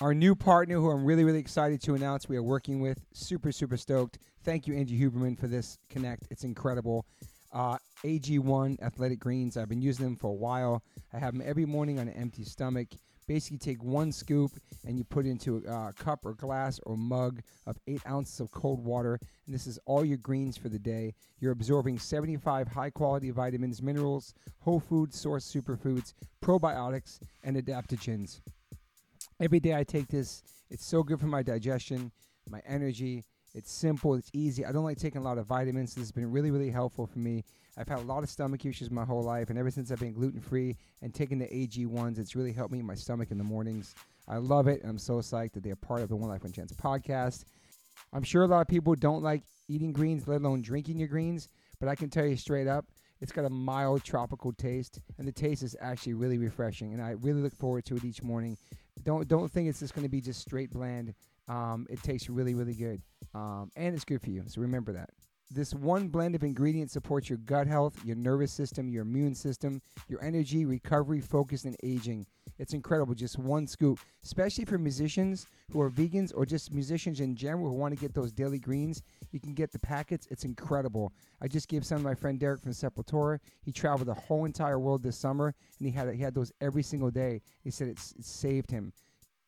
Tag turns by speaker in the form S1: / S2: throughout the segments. S1: our new partner who I'm really, really excited to announce we are working with. Super, super stoked. Thank you, Angie Huberman, for this connect. It's incredible. Uh, AG1 Athletic Greens, I've been using them for a while. I have them every morning on an empty stomach. Basically, take one scoop and you put it into a uh, cup or glass or mug of eight ounces of cold water. And this is all your greens for the day. You're absorbing 75 high quality vitamins, minerals, whole food source superfoods, probiotics, and adaptogens. Every day I take this. It's so good for my digestion, my energy. It's simple, it's easy. I don't like taking a lot of vitamins. This has been really, really helpful for me. I've had a lot of stomach issues my whole life, and ever since I've been gluten free and taking the AG1s, it's really helped me in my stomach in the mornings. I love it, and I'm so psyched that they're part of the One Life One Chance podcast. I'm sure a lot of people don't like eating greens, let alone drinking your greens, but I can tell you straight up, it's got a mild tropical taste, and the taste is actually really refreshing. And I really look forward to it each morning. Don't don't think it's just going to be just straight bland. Um, it tastes really really good, um, and it's good for you. So remember that. This one blend of ingredients supports your gut health, your nervous system, your immune system, your energy, recovery, focus, and aging. It's incredible, just one scoop, especially for musicians who are vegans or just musicians in general who want to get those daily greens. You can get the packets, it's incredible. I just gave some to my friend Derek from Sepultura. He traveled the whole entire world this summer and he had, he had those every single day. He said it's, it saved him.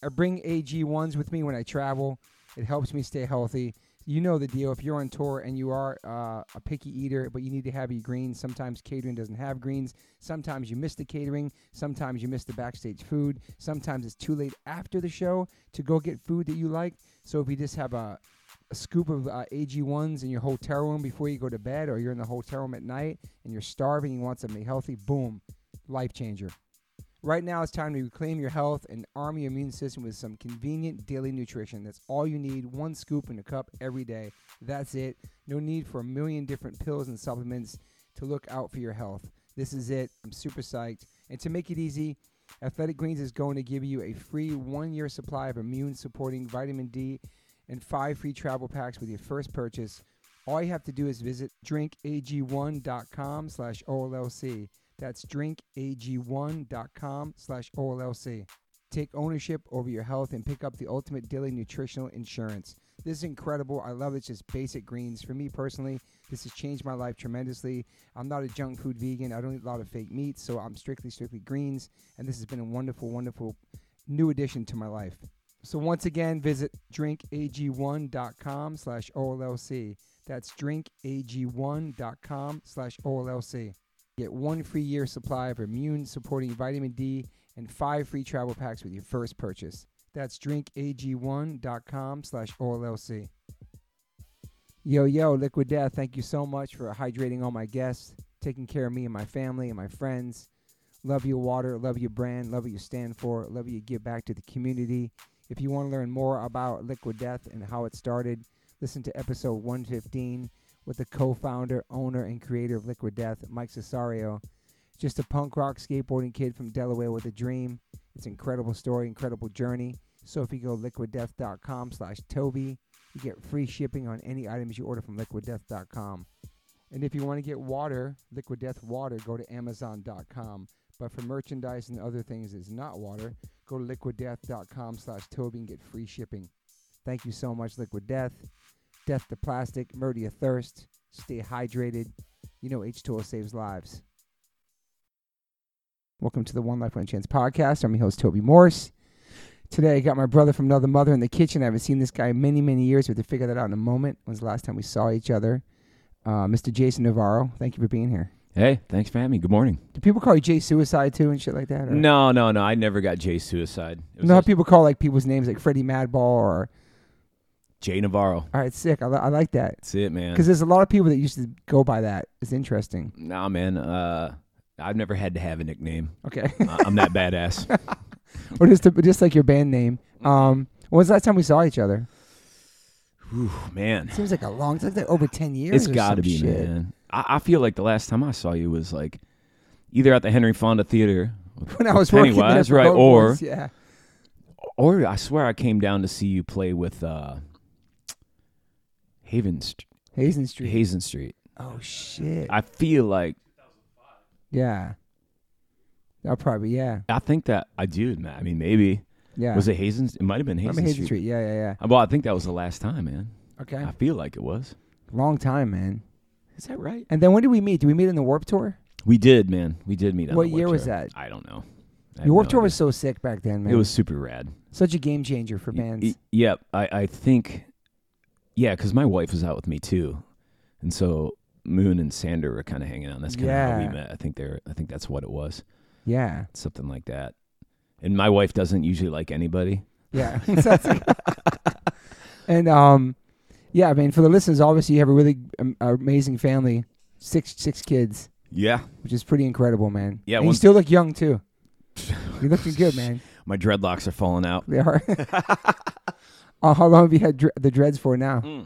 S1: I bring AG1s with me when I travel, it helps me stay healthy you know the deal. If you're on tour and you are uh, a picky eater, but you need to have your greens, sometimes catering doesn't have greens. Sometimes you miss the catering. Sometimes you miss the backstage food. Sometimes it's too late after the show to go get food that you like. So if you just have a, a scoop of uh, AG1s in your hotel room before you go to bed, or you're in the hotel room at night and you're starving, you want something healthy, boom, life changer. Right now, it's time to reclaim your health and arm your immune system with some convenient daily nutrition. That's all you need one scoop in a cup every day. That's it. No need for a million different pills and supplements to look out for your health. This is it. I'm super psyched. And to make it easy, Athletic Greens is going to give you a free one year supply of immune supporting vitamin D and five free travel packs with your first purchase. All you have to do is visit drinkag1.com slash OLLC. That's drinkag1.com slash OLLC. Take ownership over your health and pick up the ultimate daily nutritional insurance. This is incredible. I love it. It's just basic greens. For me personally, this has changed my life tremendously. I'm not a junk food vegan. I don't eat a lot of fake meats, so I'm strictly, strictly greens. And this has been a wonderful, wonderful new addition to my life. So once again, visit drinkag1.com slash OLLC. That's drinkag1.com slash OLLC. Get one free year supply of immune supporting vitamin D and five free travel packs with your first purchase. That's drinkag1.com slash OLLC. Yo, yo, Liquid Death, thank you so much for hydrating all my guests, taking care of me and my family and my friends. Love your water, love your brand, love what you stand for, love what you give back to the community. If you want to learn more about Liquid Death and how it started, listen to episode 115 with the co-founder, owner, and creator of Liquid Death, Mike Cesario. Just a punk rock skateboarding kid from Delaware with a dream. It's an incredible story, incredible journey. So if you go liquiddeath.com slash Toby, you get free shipping on any items you order from liquiddeath.com. And if you want to get water, Liquid Death water, go to amazon.com. But for merchandise and other things that's not water, go to liquiddeath.com slash Toby and get free shipping. Thank you so much, Liquid Death death to plastic, murder your thirst, stay hydrated. You know H2O saves lives. Welcome to the One Life One Chance podcast. I'm your host Toby Morse. Today I got my brother from another mother in the kitchen. I haven't seen this guy in many many years. We have to figure that out in a moment. When was the last time we saw each other? Uh, Mr. Jason Navarro, thank you for being here.
S2: Hey, thanks for having me. Good morning.
S1: Do people call you Jay Suicide too and shit like that? or-
S2: No, no, no. I never got Jay Suicide. It
S1: You
S2: was
S1: know how
S2: just
S1: people call like people's names like Freddie Madball or
S2: Jay Navarro.
S1: all right sick. I, li- I like that
S2: That's it, man.
S1: because there's a lot of people that used to go by that. It's interesting.
S2: Nah, man. Uh, I've never had to have a nickname.
S1: Okay.
S2: I- I'm that badass.
S1: or just to, just like your band name.
S2: Mm-hmm.
S1: Um, when was the last time we saw each other?
S2: Whew, man,
S1: Seems like a long. It's like over ten years.
S2: it's
S1: or
S2: got to
S1: some
S2: be,
S1: shit.
S2: man. I-, I feel like the last time I saw you was like either at the Henry Fonda Theater,
S1: When I was working there
S2: Pennywise,
S1: for
S2: right,
S1: Gold
S2: or-
S1: Boys, yeah,
S2: or I swear I came down to see you play with uh, Haven St-
S1: Hazen Street.
S2: Hazen Street.
S1: oh shit.
S2: I feel like
S1: yeah. I'll probably yeah.
S2: I think that I do. man. I mean, maybe
S1: Yeah.
S2: Was it Hazen? It might have been Hazen,
S1: Remember Hazen
S2: Street.
S1: Street? Yeah, yeah, yeah.
S2: Uh, Well, I think that was the last time, man.
S1: Okay.
S2: I feel like it was.
S1: Long time, man.
S2: Is that right?
S1: And then when did we meet? Did we meet in the Warp Tour?
S2: We did, man. We did meet. on
S1: What
S2: the Warped
S1: year was
S2: Tour.
S1: that?
S2: I don't know. I have
S1: The Warp
S2: no
S1: Tour
S2: idea.
S1: was so sick back then, man.
S2: It was super rad.
S1: such a game changer for
S2: Y-
S1: bands.
S2: y- yep. I, I think, yeah, because my wife was out with me too, and so Moon and Sander were kind of hanging out. And that's kind of how
S1: Yeah.
S2: we met. I think they're. I think that's what it was.
S1: yeah.
S2: Something like that. And my wife doesn't usually like anybody.
S1: Yeah. So it's like- and um, yeah. I mean, for the listeners, obviously you have a really um, amazing family, six six kids,
S2: Yeah.
S1: which is pretty incredible, man.
S2: Yeah,
S1: And you
S2: one-
S1: still look young too. You're looking good, man.
S2: My dreadlocks are falling out.
S1: They are. uh, how long have you had dre- the dreads for now?
S2: Hmm.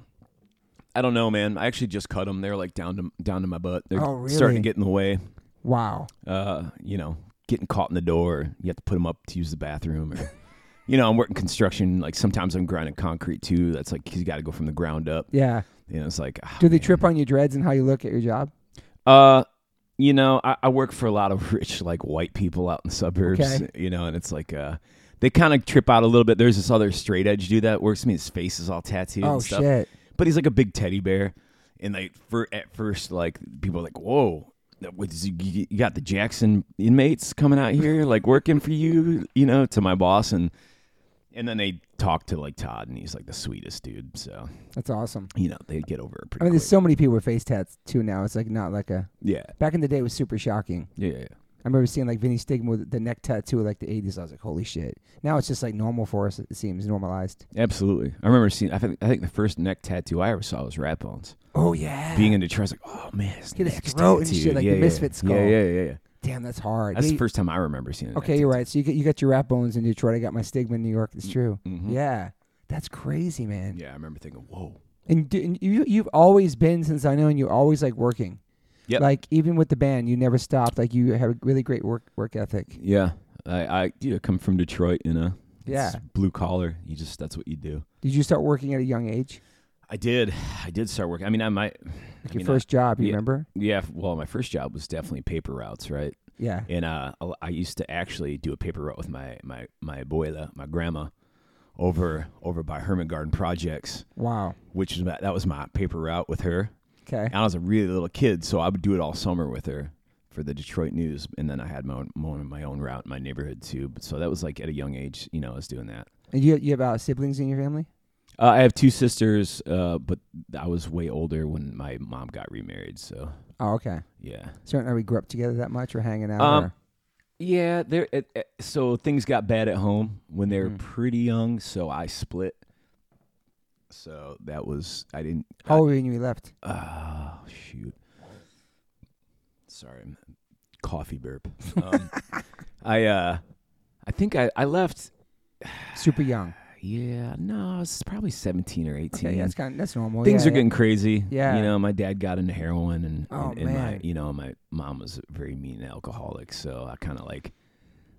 S2: I don't know, man. I actually just cut them. They're like down to down to my butt. They're
S1: Oh,
S2: starting
S1: really?
S2: to get in the way.
S1: Wow.
S2: Uh, you know, getting caught in the door. or You have to put them up to use the bathroom. Or, you know, I'm working construction. Like sometimes I'm grinding concrete too. That's like you got to go from the ground up.
S1: Yeah.
S2: You know, it's like ah,
S1: Do they
S2: man.
S1: trip on your dreads and how you look at your job?
S2: Uh, you know, I, I work for a lot of rich like white people out in the suburbs.
S1: Okay.
S2: You know, and it's like uh, they kind of trip out a little bit. There's this other straight edge dude that works with me. His face is all tattooed.
S1: oh
S2: and stuff.
S1: shit.
S2: but he's like a big teddy bear and like for at first like people are like whoa that was- you you got the jackson inmates coming out here like working for you you know to my boss and and then they talk to like todd and he's like the sweetest dude so
S1: That's awesome.
S2: you know they get over it
S1: I
S2: pretty
S1: mean,
S2: quick.
S1: there's so many people with face tats too now. It's like not like a
S2: yeah
S1: back in the day. It was super shocking.
S2: yeah yeah, yeah.
S1: I remember seeing like Vinny Stigma with the neck tattoo, like the '80s. I was like, holy shit! Now it's just like normal for us. It seems normalized.
S2: absolutely i remember seeing i think i think the first neck tattoo i ever saw was rat bones
S1: Oh yeah.
S2: being in detroit I was like oh man his
S1: Get his
S2: neck's
S1: throat and
S2: tattooed.
S1: shit, like
S2: yeah,
S1: the
S2: yeah.
S1: Misfits
S2: yeah
S1: skull.
S2: yeah yeah yeah
S1: Damn, that's hard.
S2: that's
S1: Yeah,
S2: the first time i remember seeing it
S1: okay, you're right. So you get you got your rap bones in Detroit. I got my Stigma in New York. It's true.
S2: Mhm.
S1: Yeah, that's crazy, man.
S2: yeah i remember thinking whoa
S1: And, do, and you you've always been since I know you always like working.
S2: Yep.
S1: Like even with the band, you never stopped. Like you have a really great work work ethic.
S2: Yeah, I, I you know, come from Detroit, you know. It's
S1: Yeah.
S2: blue collar. You just that's what you do.
S1: Did you start working at a young age?
S2: I did. I did start working. I mean, I might.
S1: Like
S2: I
S1: your
S2: mean,
S1: first job, you
S2: yeah.
S1: remember?
S2: I- yeah. Well, my first job was definitely paper routes, right?
S1: Yeah.
S2: And uh, I- I used to actually do a paper route with my my my abuela, my grandma, over over by Herman Garden Projects,
S1: Wow.
S2: which is my, that was my paper route with her.
S1: Okay.
S2: And I was a really little kid, so I would do it all summer with her for the Detroit News, and then I had my own my own, my own route in my neighborhood too. So that was like at a young age, you know, I was doing that.
S1: And you you have uh, siblings in your family?
S2: Uh, I have two sisters, uh, but I was way older when my mom got remarried. So
S1: Oh, okay.
S2: yeah,
S1: So now we grew up together that much, or hanging out?
S2: Um,
S1: or-
S2: yeah. There. It, it- so things got bad at home when they were
S1: Mhm.
S2: pretty young. So I split. So that was I didn't.
S1: how old were you when you left?
S2: Oh shoot. Sorry, I'm- coffee burp. Um, I uh, I think I I left.
S1: Super young.
S2: Yeah, no, I was probably seventeen or eighteen.
S1: Okay, yeah, that's kind of that's normal.
S2: things
S1: yeah,
S2: are
S1: yeah.
S2: getting crazy.
S1: Yeah.
S2: You know, my dad got into heroin and,
S1: Oh,
S2: and, and my
S1: man.
S2: you know, my mom was a very mean alcoholic, so I kinda like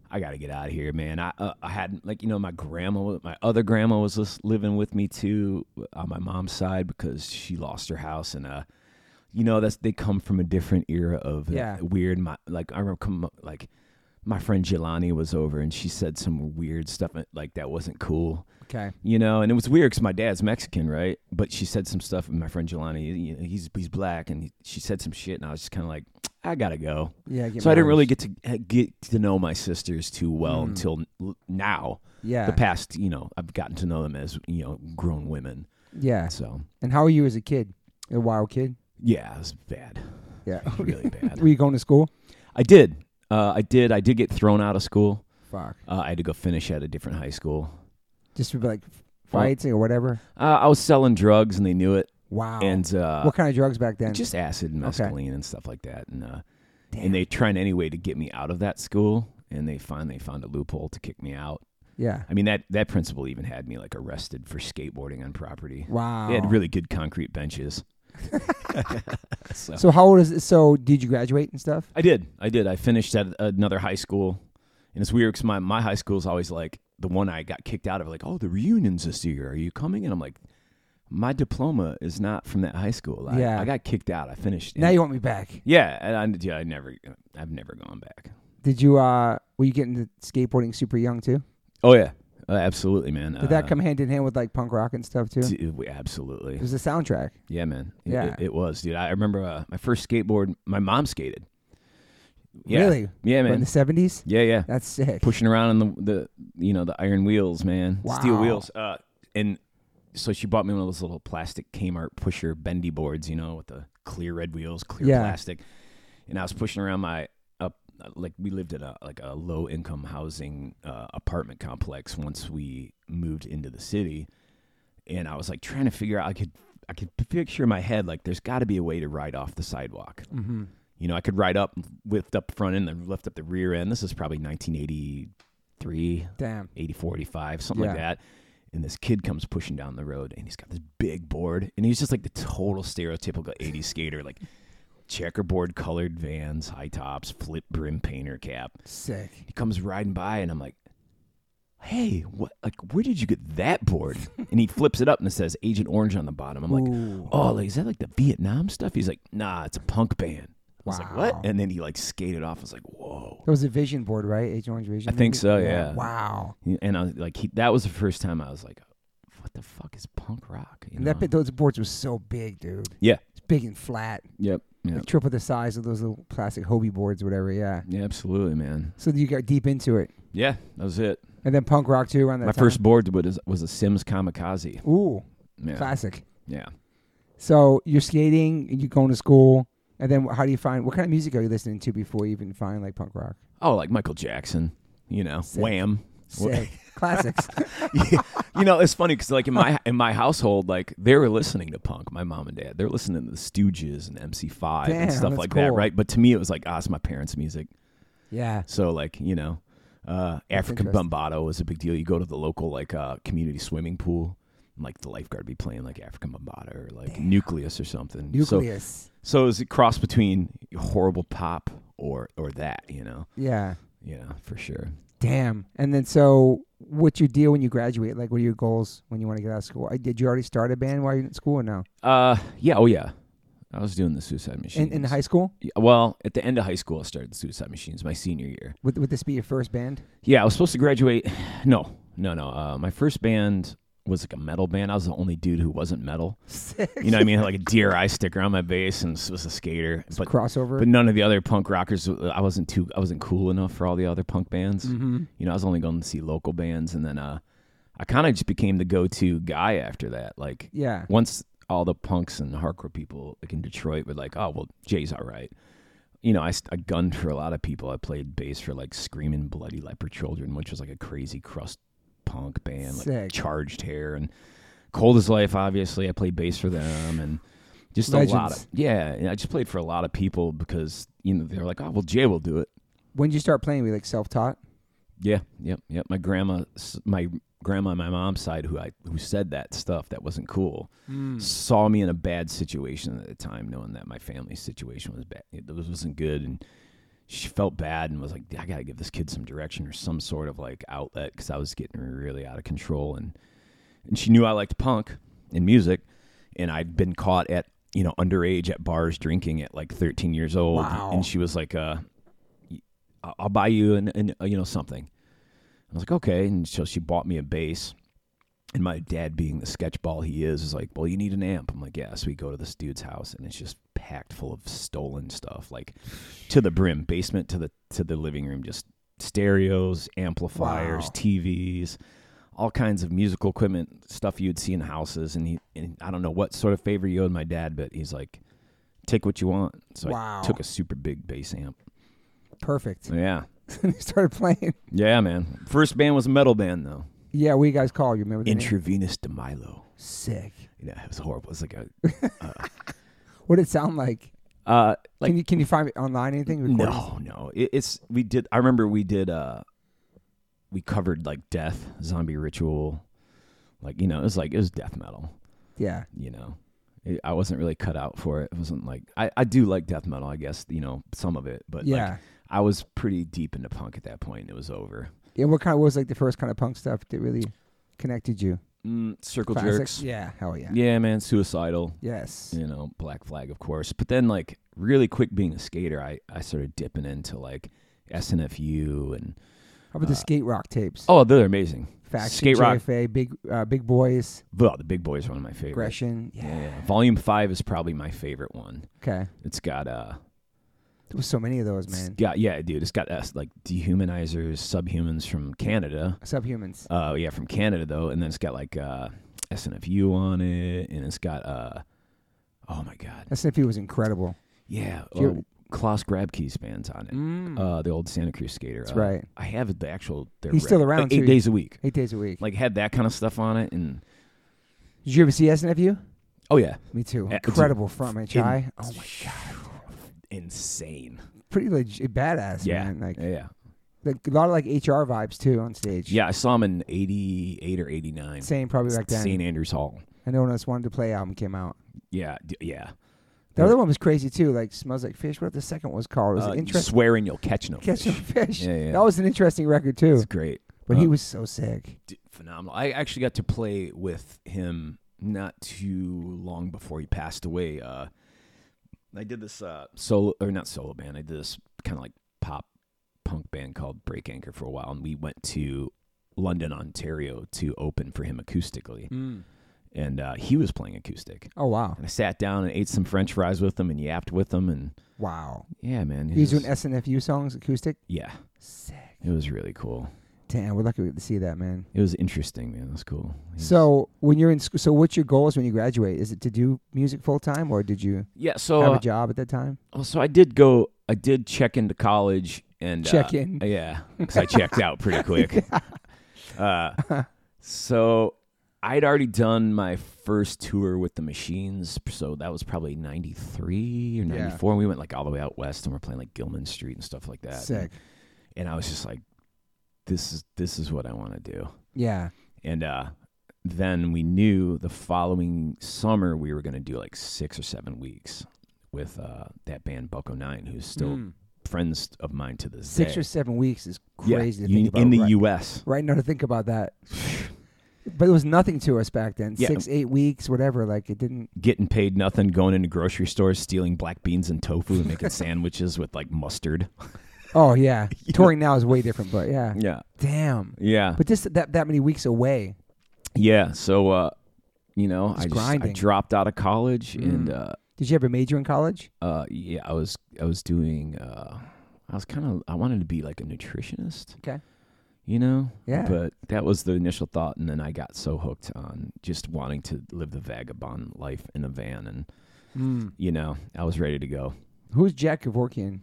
S2: I gotta get out of here, man. I uh, I had like you know my grandma, my other grandma was lis- living with me too uh, on my mom's side because she lost her house and uh, you know that's they come from a different era of uh,
S1: Yeah.
S2: weird. My like I remember come like my friend Jelani was over and she said some weird stuff uh, like that wasn't cool
S1: Okay.
S2: you know, and it was weird because my dad's Mexican, right? But she said some stuff, and my friend Jelani, you know, he's he's black, and he, she said some shit, and I was just kind of like, I gotta go.
S1: Yeah. Get
S2: so I didn't really
S1: married.
S2: get to eh, get to know my sisters too well
S1: Mm.
S2: until l- now.
S1: Yeah.
S2: The past, you know, I've gotten to know them as you know grown women.
S1: yeah.
S2: So
S1: And how were you as a kid? A wild kid.
S2: yeah, it was bad,
S1: Yeah.
S2: really bad.
S1: were you going to school?
S2: I did, uh, I did, I did get thrown out of school.
S1: Fuck.
S2: Uh, I had to go finish at a different high school.
S1: Just for like fights or whatever.
S2: Uh, I was selling drugs, and they knew it.
S1: Wow.
S2: And uh,
S1: Oh. what kind of drugs back then?
S2: just acid and
S1: Okay.
S2: mescaline and stuff like that and uh
S1: Damn.
S2: and they tried anyway to get me out of that school and they finally found a loophole to kick me out
S1: yeah.
S2: i mean that that principal even had me like arrested for skateboarding on property
S1: Wow.
S2: they had really good concrete benches so,
S1: So how old is so? Did you graduate and stuff?
S2: i did i did i finished at another high school and it's weird because my, my high school is always like the one i got kicked out of like oh the reunions this year are you coming and i'm like my diploma is not from that high school I,
S1: Yeah.
S2: I got kicked out i finished
S1: Now you want me back?
S2: Yeah, and I, yeah, I never, I've never gone back.
S1: Did you? uh Were you getting into skateboarding super young too?
S2: Oh yeah, Uh, absolutely, man. Uh,
S1: Did that come hand in hand with like punk rock and stuff too? It
S2: absolutely.
S1: was a soundtrack.
S2: Yeah, man. It,
S1: Yeah.
S2: It, it was, dude. I remember uh, my first skateboard. My mom skated. Yeah.
S1: Really?
S2: Yeah,
S1: But in
S2: man.
S1: the seventies?
S2: Yeah, yeah.
S1: That's sick.
S2: Pushing around on the, the you know the iron wheels, man. Steel
S1: Wow.
S2: wheels. Uh, and so she bought me one of those little plastic Kmart pusher bendy boards, you know, with the clear red wheels, clear
S1: Yeah.
S2: plastic. And I was pushing around my up like we lived in a like a low income housing uh, apartment complex once we moved into the city and I was like trying to figure out. I could I could picture in my head like there's got to be a way to ride off the sidewalk. Mm-hmm. You know, I could ride up, lift up the front end, then lift up the rear end. This is probably 1983,
S1: Damn.
S2: 84, 85, something like
S1: Yeah.
S2: that. And this kid comes pushing down the road, and he's got this big board, and he's just like the total stereotypical 80s skater, like checkerboard colored vans, high tops, flip brim painter cap
S1: Sick.
S2: he comes riding by and I'm like, Hey, what like where did you get that board? and he flips it up and it says Agent Orange on the bottom. I'm like,
S1: Ooh.
S2: Oh, like is that like the Vietnam stuff? He's like, Nah, it's a punk band. I was like,
S1: Wow.
S2: What? And then he like skated off. I was like, Whoa.
S1: That was a vision board, right? Age Orange Vision.
S2: I think
S1: maybe?
S2: so, yeah.
S1: Wow.
S2: And I was like he that was the first time I was like, What the fuck is punk rock? You
S1: And that
S2: know?
S1: bit, those boards were so big, dude.
S2: Yeah.
S1: It's big and flat.
S2: Yep. Yep.
S1: Like triple the size of those little plastic Hobie boards, whatever. Yeah.
S2: Yeah, absolutely, man.
S1: So you got deep into it,
S2: Yeah, that was it.
S1: and then punk rock too around that
S2: My
S1: time.
S2: first board was, was a Sims Kamikaze.
S1: Ooh,
S2: Yeah,
S1: classic.
S2: yeah.
S1: So you're skating, you going to school, and then how do you find what kind of music are you listening to before you even find like punk rock?
S2: Oh, like Michael Jackson, you know,
S1: Sick.
S2: Wham. Wha-
S1: Sick. Classics.
S2: Yeah. you know, it's funny because like in my in my household, like they were listening to punk. My mom and dad, they're listening to the Stooges and MC5
S1: Damn,
S2: and stuff
S1: that's
S2: like that,
S1: cool.
S2: right? But to me, it was like, ah, it's my parents' music.
S1: Yeah.
S2: So like, you know, uh, African
S1: interesting.
S2: bombado was a big deal. You go to the local like uh, community swimming pool. and, Like the lifeguard be playing like African bombada or like Nucleus or something. So
S1: Nucleus.
S2: so it was a cross between horrible pop or or that, you know,
S1: yeah.
S2: you know for sure.
S1: Damn. And then so what's your deal when you graduate? Like what are your goals when you want to get out of school? I, did you already start a band while you were in school or no?
S2: Uh, yeah, oh yeah, I was doing the Suicide Machine
S1: In, in high school?
S2: Yeah, well, at the end of high school, I started the Suicide Machines my senior year.
S1: Would, would this be your first band?
S2: Yeah, I was supposed to graduate. No, no, no. Uh, my first band was like a metal band. I was the only dude who wasn't metal.
S1: Sick.
S2: You know what I mean? Like a DRI sticker on my bass and s- was a skater. But,
S1: Crossover.
S2: but none of the other punk rockers, uh, I wasn't too, I wasn't cool enough for all the other punk bands.
S1: mm-hmm.
S2: You know, I was only going to see local bands. And then uh, I kind of just became the go to guy after that. Like,
S1: Yeah.
S2: once all the punks and hardcore people like in Detroit were like, "Oh well, Jay's all right." You know, I, st- I gunned for a lot of people. I played bass for like Screaming Bloody Leper Children, which was like a crazy crust punk band,
S1: Sick.
S2: like Charged Hair and Cold as Life. Obviously, I played bass for them and just a lot
S1: Legends.
S2: of yeah. And I just played for a lot of people because you know they're like, "Oh well, Jay will do it."
S1: When did you start playing? Were you like self taught?
S2: Yeah, yep, yep. My grandma, s- my grandma on my mom's side, who I who said that stuff that wasn't cool,
S1: Hmm.
S2: saw me in a bad situation at the time, knowing that my family's situation was bad, it was- wasn't good, and she felt bad and was like, "I gotta give this kid some direction or some sort of like outlet because I was getting really out of control." And and she knew I liked punk and music, and I'd been caught at you know underage at bars drinking at like 13 years old,
S1: Wow.
S2: and she was like, "Uh, y- I- I'll buy you an, an uh, you know something." I was like, "Okay," and so she bought me a bass. And my dad, being the sketchball he is, is like, "Well, you need an amp." I'm like, "Yeah." So we go to this dude's house, and it's just packed full of stolen stuff, like to the brim, basement to the to the living room, just stereos, amplifiers,
S1: Wow.
S2: TVs, all kinds of musical equipment, stuff you'd see in houses. And he, and I don't know what sort of favor you owed my dad, but he's like, "Take what you want." So
S1: Wow.
S2: I took a super big bass amp.
S1: Perfect.
S2: Yeah,
S1: and you started playing.
S2: yeah, man. First band was a metal band though,
S1: Yeah, what you guys call you remember the name?
S2: Intravenous de Milo.
S1: Sick.
S2: Yeah, it was horrible. It's like a
S1: What did it sound like?
S2: uh, like
S1: can you can you find it online anything? Recordings?
S2: No, no. It, it's we did. I remember we did. uh We covered like death, zombie ritual, like you know, it was like it was death metal.
S1: Yeah.
S2: You know, it, I wasn't really cut out for it. It wasn't like I I do like death metal, I guess. You know, some of it, but
S1: yeah.
S2: like, I was pretty deep into punk at that point. And it was over.
S1: and what kind of what was like the first kind of punk stuff that really connected you?
S2: Mm, circle
S1: Classics?
S2: jerks.
S1: Yeah. Hell yeah.
S2: yeah, man. Suicidal.
S1: Yes.
S2: you know, Black Flag, of course. But then, like, really quick being a skater, I, I started dipping into like SNFU and
S1: How about the skate rock tapes?
S2: Uh, oh, they're amazing.
S1: Faction,
S2: Skate Rock.
S1: JFA, Big uh, Big Boys,
S2: Well, the Big Boy is one of my favorite.
S1: Aggression. Yeah.
S2: Yeah, yeah. Volume five is probably my favorite one.
S1: Okay.
S2: It's got uh,
S1: There was so many of those,
S2: it's
S1: man.
S2: got yeah, dude. It's got uh, like dehumanizers, subhumans from Canada.
S1: Subhumans.
S2: Uh, yeah, from Canada though, and then it's got like uh, SNFU on it, and it's got uh, oh my god,
S1: SNP was incredible.
S2: yeah,
S1: Do you-
S2: oh, Klaus Grabke's band's on it.
S1: Mm.
S2: Uh, the old Santa Cruz skater.
S1: That's
S2: Uh,
S1: right.
S2: I have the actual. Their
S1: He's still
S2: rec-
S1: around,
S2: like, eight
S1: too.
S2: days a week.
S1: Eight days a week.
S2: Like had that kind of stuff on it, and
S1: Did you ever see SNFU?
S2: oh yeah,
S1: Me too.
S2: Yeah, it's
S1: Incredible frontman guy. Oh my,
S2: insane.
S1: pretty legit, badass
S2: Yeah,
S1: man. Like,
S2: yeah, yeah.
S1: like a lot of like HR vibes too on stage.
S2: Yeah, I saw him in '88 or '89.
S1: same probably back then.
S2: St. Andrews Hall.
S1: I know when us wanted to play album came out.
S2: Yeah, d- yeah.
S1: The
S2: Yeah.
S1: other one was crazy too. Like smells like fish. What the second was called? It was
S2: Uh,
S1: an
S2: you
S1: interesting
S2: swear and you'll catch no
S1: catch
S2: fish.
S1: of fish.
S2: Yeah, yeah.
S1: That was an interesting record too.
S2: It's great.
S1: But he
S2: uh,
S1: was so sick.
S2: D- phenomenal. I actually got to play with him not too long before he passed away. Uh, I did this uh, solo or not solo band. I did this kind of like pop punk band called Break Anchor for a while, and we went to London, Ontario, to open for him acoustically,
S1: Mm.
S2: and uh, he was playing acoustic.
S1: Oh wow,
S2: And I sat down and ate some French fries with him and yapped with him, and
S1: wow.
S2: yeah, man,
S1: He was
S2: he's-
S1: doing SNFU songs acoustic.
S2: yeah,
S1: Sick.
S2: it was really cool.
S1: Damn, we're lucky we get to see that man.
S2: It was interesting, man. It was cool. He was-
S1: So when you're in school, so what's your goals when you graduate? Is it to do music full time, or did you
S2: yeah, so
S1: have
S2: uh,
S1: a job at that time?
S2: Well, so I did go. I did check into college and
S1: Check
S2: uh,
S1: in.
S2: Yeah, because I checked out pretty quick. Uh, so I'd already done my first tour with the Machines, so that was probably '93 or
S1: Yeah.
S2: '94. And we went like all the way out west, and we're playing like Gilman Street and stuff like that.
S1: Sick.
S2: And I was just like, "This is this is what I want to do."
S1: Yeah.
S2: And uh, then we knew the following summer we were going to do like six or seven weeks with uh, that band Bucko Nine, who's still
S1: Mm.
S2: friends of mine to this
S1: six
S2: day.
S1: or seven weeks is
S2: Yeah,
S1: crazy to
S2: you-
S1: think about.
S2: in the
S1: right,
S2: U.S.
S1: right now to think about that. But it was nothing to us back then.
S2: Yeah.
S1: Six, eight weeks, whatever. Like it didn't.
S2: Getting paid nothing, going into grocery stores, stealing black beans and tofu, and making sandwiches with like mustard.
S1: Oh yeah, touring now is way different. But yeah,
S2: Yeah,
S1: damn.
S2: yeah,
S1: But just that that many weeks away.
S2: yeah. So, uh, you know,
S1: It's
S2: I, just, I
S1: grinding. Mm.
S2: dropped out of college, and uh,
S1: Did you have a major in college?
S2: uh, yeah, I was I was doing uh, I was kind of I wanted to be like a nutritionist.
S1: Okay.
S2: You know,
S1: Yeah.
S2: But that was the initial thought, and then I got so hooked on just wanting to live the vagabond life in a van, and
S1: Mm.
S2: you know, I was ready to go.
S1: Who's Jack Kevorkian?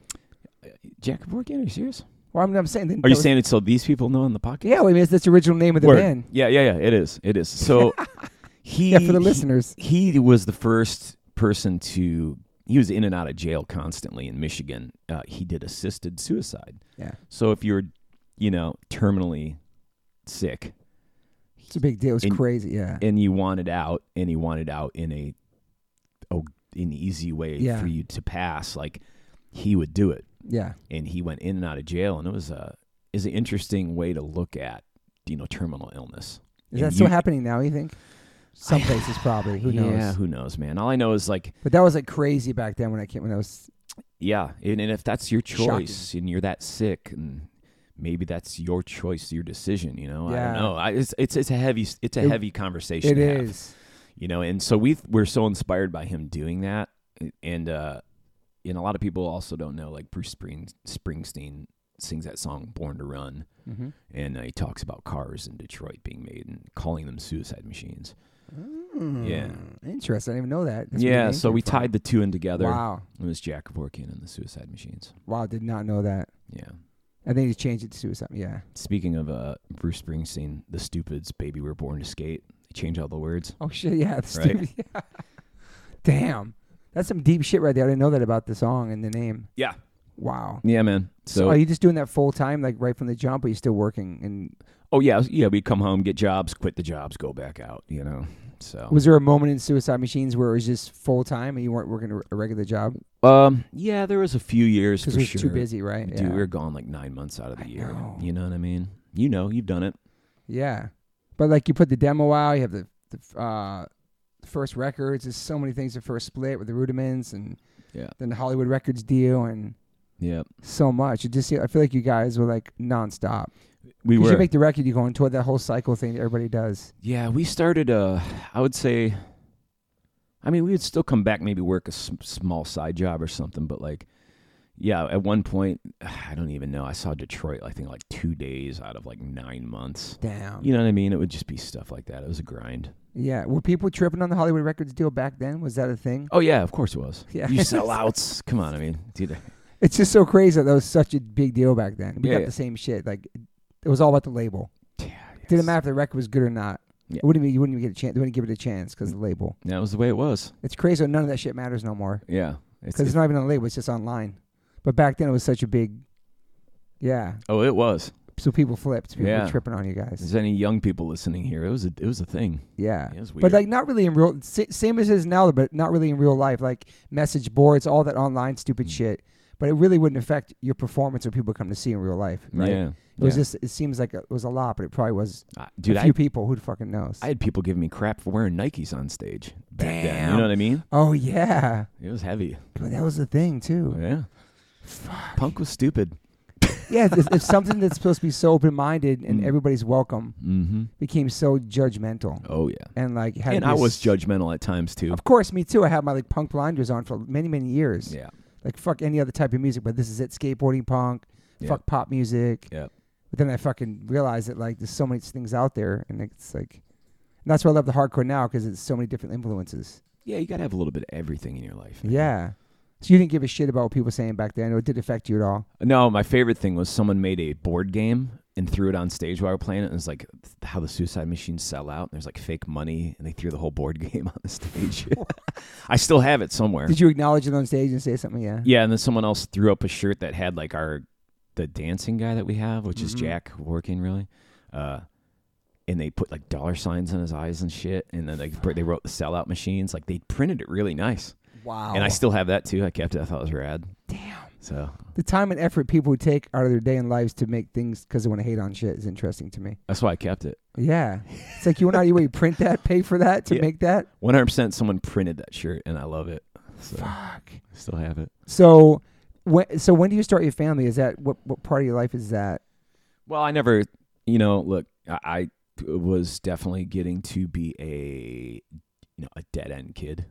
S2: Jack Kevorkian, are you serious?
S1: Well, I'm, I'm saying. that-
S2: Are you
S1: that was-
S2: saying it so these people know in the podcast?
S1: Yeah, well, I mean, it's- that's the original name of the
S2: Word.
S1: band.
S2: Yeah, yeah, yeah. It is. It is. So he
S1: Yeah, for the
S2: he-
S1: listeners.
S2: He, was the first person to. He was in and out of jail constantly in Michigan. Uh, he did assisted suicide.
S1: Yeah,
S2: So if you're, you know, terminally sick
S1: it's a big deal. It's
S2: And-
S1: crazy. Yeah,
S2: and you wanted out, and he wanted out in a, oh, an easy way
S1: Yeah.
S2: for you to pass, like he would do it.
S1: yeah,
S2: and he went in and out of jail and it was a is an interesting way to look at you know terminal
S1: is
S2: illness And
S1: that still
S2: you-
S1: happening now? You think? Some places probably. Who knows?
S2: yeah who knows man all i know is like
S1: But that was like crazy back then when I came when I was
S2: yeah and, and if that's your choice and you're that sick and maybe that's your choice your decision you know i
S1: Yeah.
S2: don't know I, it's, it's it's a heavy it's a
S1: It-
S2: heavy conversation
S1: It
S2: to have,
S1: is.
S2: you know and so we we're so inspired by him doing that and uh and a lot of people also don't know like bruce Spring, springsteen sings that song born to run
S1: Mm-hmm.
S2: and uh, he talks about cars in Detroit being made and calling them suicide machines.
S1: Mm-hmm. Interesting. I didn't even know that. That's where the
S2: yeah,
S1: name
S2: so
S1: came
S2: we
S1: from.
S2: tied the two in together.
S1: Wow.
S2: It was Jack Kevorkian and the Suicide Machines.
S1: Wow, did not know that.
S2: Yeah.
S1: I think he changed it to suicide. Yeah.
S2: Speaking of uh, Bruce Springsteen, the Stupids, "Baby We're Born to Skate," they change all the words.
S1: Oh shit, yeah. That's
S2: Right.
S1: stupid. Yeah. Damn. That's some deep shit right there. I didn't know that about the song and the name.
S2: Yeah.
S1: Wow.
S2: Yeah, man.
S1: So,
S2: So,
S1: are you just doing that full time, like right from the jump, or are you still working? And
S2: oh yeah, yeah. We come home, get jobs, quit the jobs, go back out. You know. So
S1: was there a moment in Suicide Machines where it was just full time and you weren't working a a regular job
S2: um, yeah, there was a few years for
S1: because it was
S2: sure.
S1: too busy, right?
S2: Dude,
S1: yeah.
S2: we were gone like nine months out of the
S1: I
S2: year.
S1: know.
S2: You know what I mean? You know, you've done it.
S1: Yeah, but like you put the demo out, you have the the uh, first records. There's so many things. The first split with the rudiments, and
S2: Yeah.
S1: then the Hollywood Records deal, and
S2: Yeah.
S1: so much. It just I feel like you guys were like nonstop.
S2: we
S1: you
S2: were
S1: should make the record. You going toward that whole cycle thing that everybody does.
S2: yeah we started uh i would say i mean we would still come back maybe work a s- small side job or something but like yeah at one point i don't even know i saw detroit i think like two days out of like nine months
S1: Damn.
S2: you know what i mean it would just be stuff like that it was a grind
S1: Yeah. Were people tripping on the Hollywood Records deal back then? Was that a thing?
S2: oh yeah of course it was
S1: Yeah.
S2: you sellouts come on i mean dude
S1: It's just so crazy that that was such a big deal back then. We
S2: Yeah,
S1: got
S2: yeah.
S1: the same shit. Like it was all about the label.
S2: yeah,
S1: Didn't
S2: yes.
S1: matter if the record was good or not.
S2: Yeah.
S1: It wouldn't be, you wouldn't even get a chance. They wouldn't give it a chance because of the label.
S2: that was the way it was
S1: It's crazy. how None of that shit matters no more
S2: yeah it's,
S1: because it's not even on the label. It's just online. But back then it was such a big, yeah.
S2: oh it was
S1: So people flipped. People
S2: Yeah.
S1: were tripping on you
S2: If
S1: guys.
S2: there's any young people listening here, it was a, it was a thing.
S1: Yeah.
S2: It was weird.
S1: But like not really in real sa- same as it is now, but not really in real life. Like message boards, all that online stupid
S2: Mm.
S1: shit. But it really wouldn't affect your performance or people come to see in real life, right?
S2: yeah,
S1: It was
S2: yeah.
S1: just it seems like it was a lot, but it probably was
S2: I- dude,
S1: a few
S2: I,
S1: people. Who fucking knows?
S2: I had people giving me crap for wearing Nikes on stage. Back Then, you
S1: Damn.
S2: know what I mean?
S1: oh yeah,
S2: It was heavy.
S1: God, that was the thing too.
S2: Yeah,
S1: Fuck.
S2: punk was stupid.
S1: Yeah, it's, it's something that's supposed to be so open minded and
S2: Mm.
S1: everybody's welcome
S2: Mm-hmm.
S1: became so judgmental
S2: Oh yeah,
S1: and like had
S2: and I
S1: this-
S2: was judgmental at times too.
S1: Of course, me too. I had my like punk blinders on for many many years.
S2: Yeah,
S1: like fuck any other type of music, but this is it skateboarding punk,
S2: Yeah.
S1: fuck pop music.
S2: Yep.
S1: But then I fucking realized that like there's so many things out there, and it's like, and that's why I love the hardcore now because it's so many different influences.
S2: yeah, you gotta have a little bit of everything in your life. man.
S1: Yeah. So you didn't give a shit about what people were saying back then, or it did affect you at all?
S2: No, my favorite thing was someone made a board game and threw it on stage while we were playing it. And it was like how the suicide machines sell out. And there's like fake money, and they threw the whole board game on the stage. I still have it somewhere.
S1: Did you acknowledge it on stage and say something? Yeah.
S2: Yeah, and then someone else threw up a shirt that had like our the dancing guy that we have, which is
S1: Mhm.
S2: Jack Working really. Uh and they put like dollar signs on his eyes and shit, and then like pr- they wrote the sellout machines. Like they printed it really nice,
S1: Wow.
S2: and I still have that too. I kept it. I thought it was rad. Damn. So
S1: the time and effort people would take out of their day and lives to make things because they want to hate on shit is interesting to me.
S2: that's why I kept it.
S1: Yeah. it's like you went out of your way to print that, pay for that, to
S2: Yeah.
S1: make that.
S2: One hundred percent. Someone printed that shirt, and I love it. So I
S1: Fuck.
S2: still have it.
S1: So, when so when do you start your family? Is that what what part of your life is that?
S2: Well, I never. You know, look, I, I was definitely getting to be a you know a dead end kid.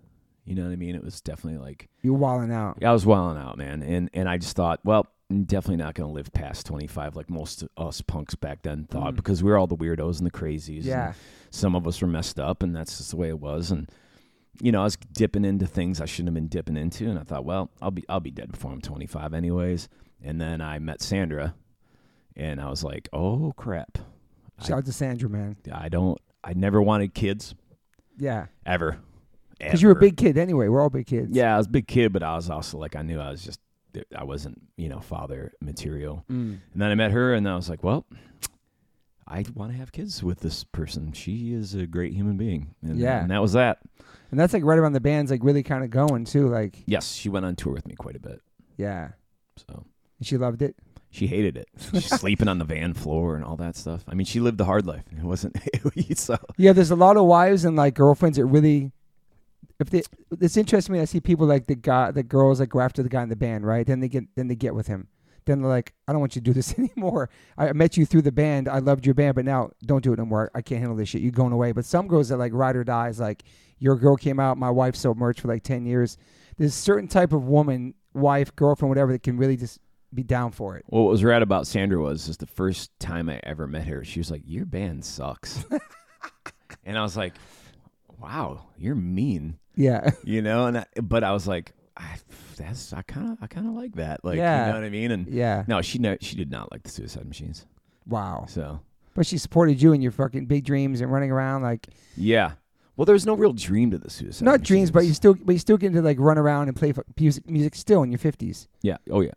S2: You know what I mean? It was definitely like
S1: You're wilding out.
S2: I was wilding out, man, and and I just thought, well, I'm definitely not going to live past 25 like most of us punks back then thought
S1: Mm.
S2: because we were all the weirdos and the crazies.
S1: Yeah,
S2: and some of us were messed up, and that's just the way it was. And you know, I was dipping into things I shouldn't have been dipping into, and I thought, well, I'll be I'll be dead before I'm 25 anyways. And then I met Sandra, and I was like, oh crap, I-
S1: shout out to Sandra, man.
S2: I don't, I never wanted kids
S1: Yeah,
S2: ever.
S1: because you're a
S2: Ever.
S1: big kid anyway. We're all big kids.
S2: Yeah, I was a big kid, but I was also like, I knew I was just, I wasn't, you know, father material.
S1: Mm.
S2: And then I met her, and I was like, well, I want to have kids with this person. She is a great human being. And,
S1: Yeah.
S2: And that was that.
S1: and that's like right around the band's like really kind of going too. Like,
S2: Yes, she went on tour with me quite a bit.
S1: yeah,
S2: So
S1: and she loved it.
S2: she hated it. She's sleeping on the van floor and all that stuff. I mean, she lived the hard life. It wasn't, so.
S1: Yeah, there's a lot of wives and like girlfriends that really. If they, it's interesting to me. I see people like the guy, the girls like go after the guy in the band, right? Then they get, then they get with him. Then they're like, I don't want you to do this anymore. I met you through the band. I loved your band, but now don't do it no more. I can't handle this shit. You're going away. But some girls that like ride or die is like, your girl came out. My wife sold merch for like ten years. There's a certain type of woman, wife, girlfriend, whatever, that can really just be down for it.
S2: Well, what was rad about Sandra was is the first time I ever met her, she was like, "Your band sucks," and I was like, "Wow, you're mean,"
S1: Yeah,
S2: you know. And I, but I was like, I, "That's I kind of I kind of like that," like
S1: Yeah.
S2: you know what I mean. And
S1: yeah.
S2: no, she no, she did not like the Suicide Machines.
S1: Wow.
S2: So
S1: But she supported you and your fucking big dreams and running around like.
S2: yeah, well, there's no real dream to the Suicide.
S1: not dreams, but you
S2: Machines.
S1: still but you still get to like run around and play fu- music music still in your fifties.
S2: yeah, oh yeah,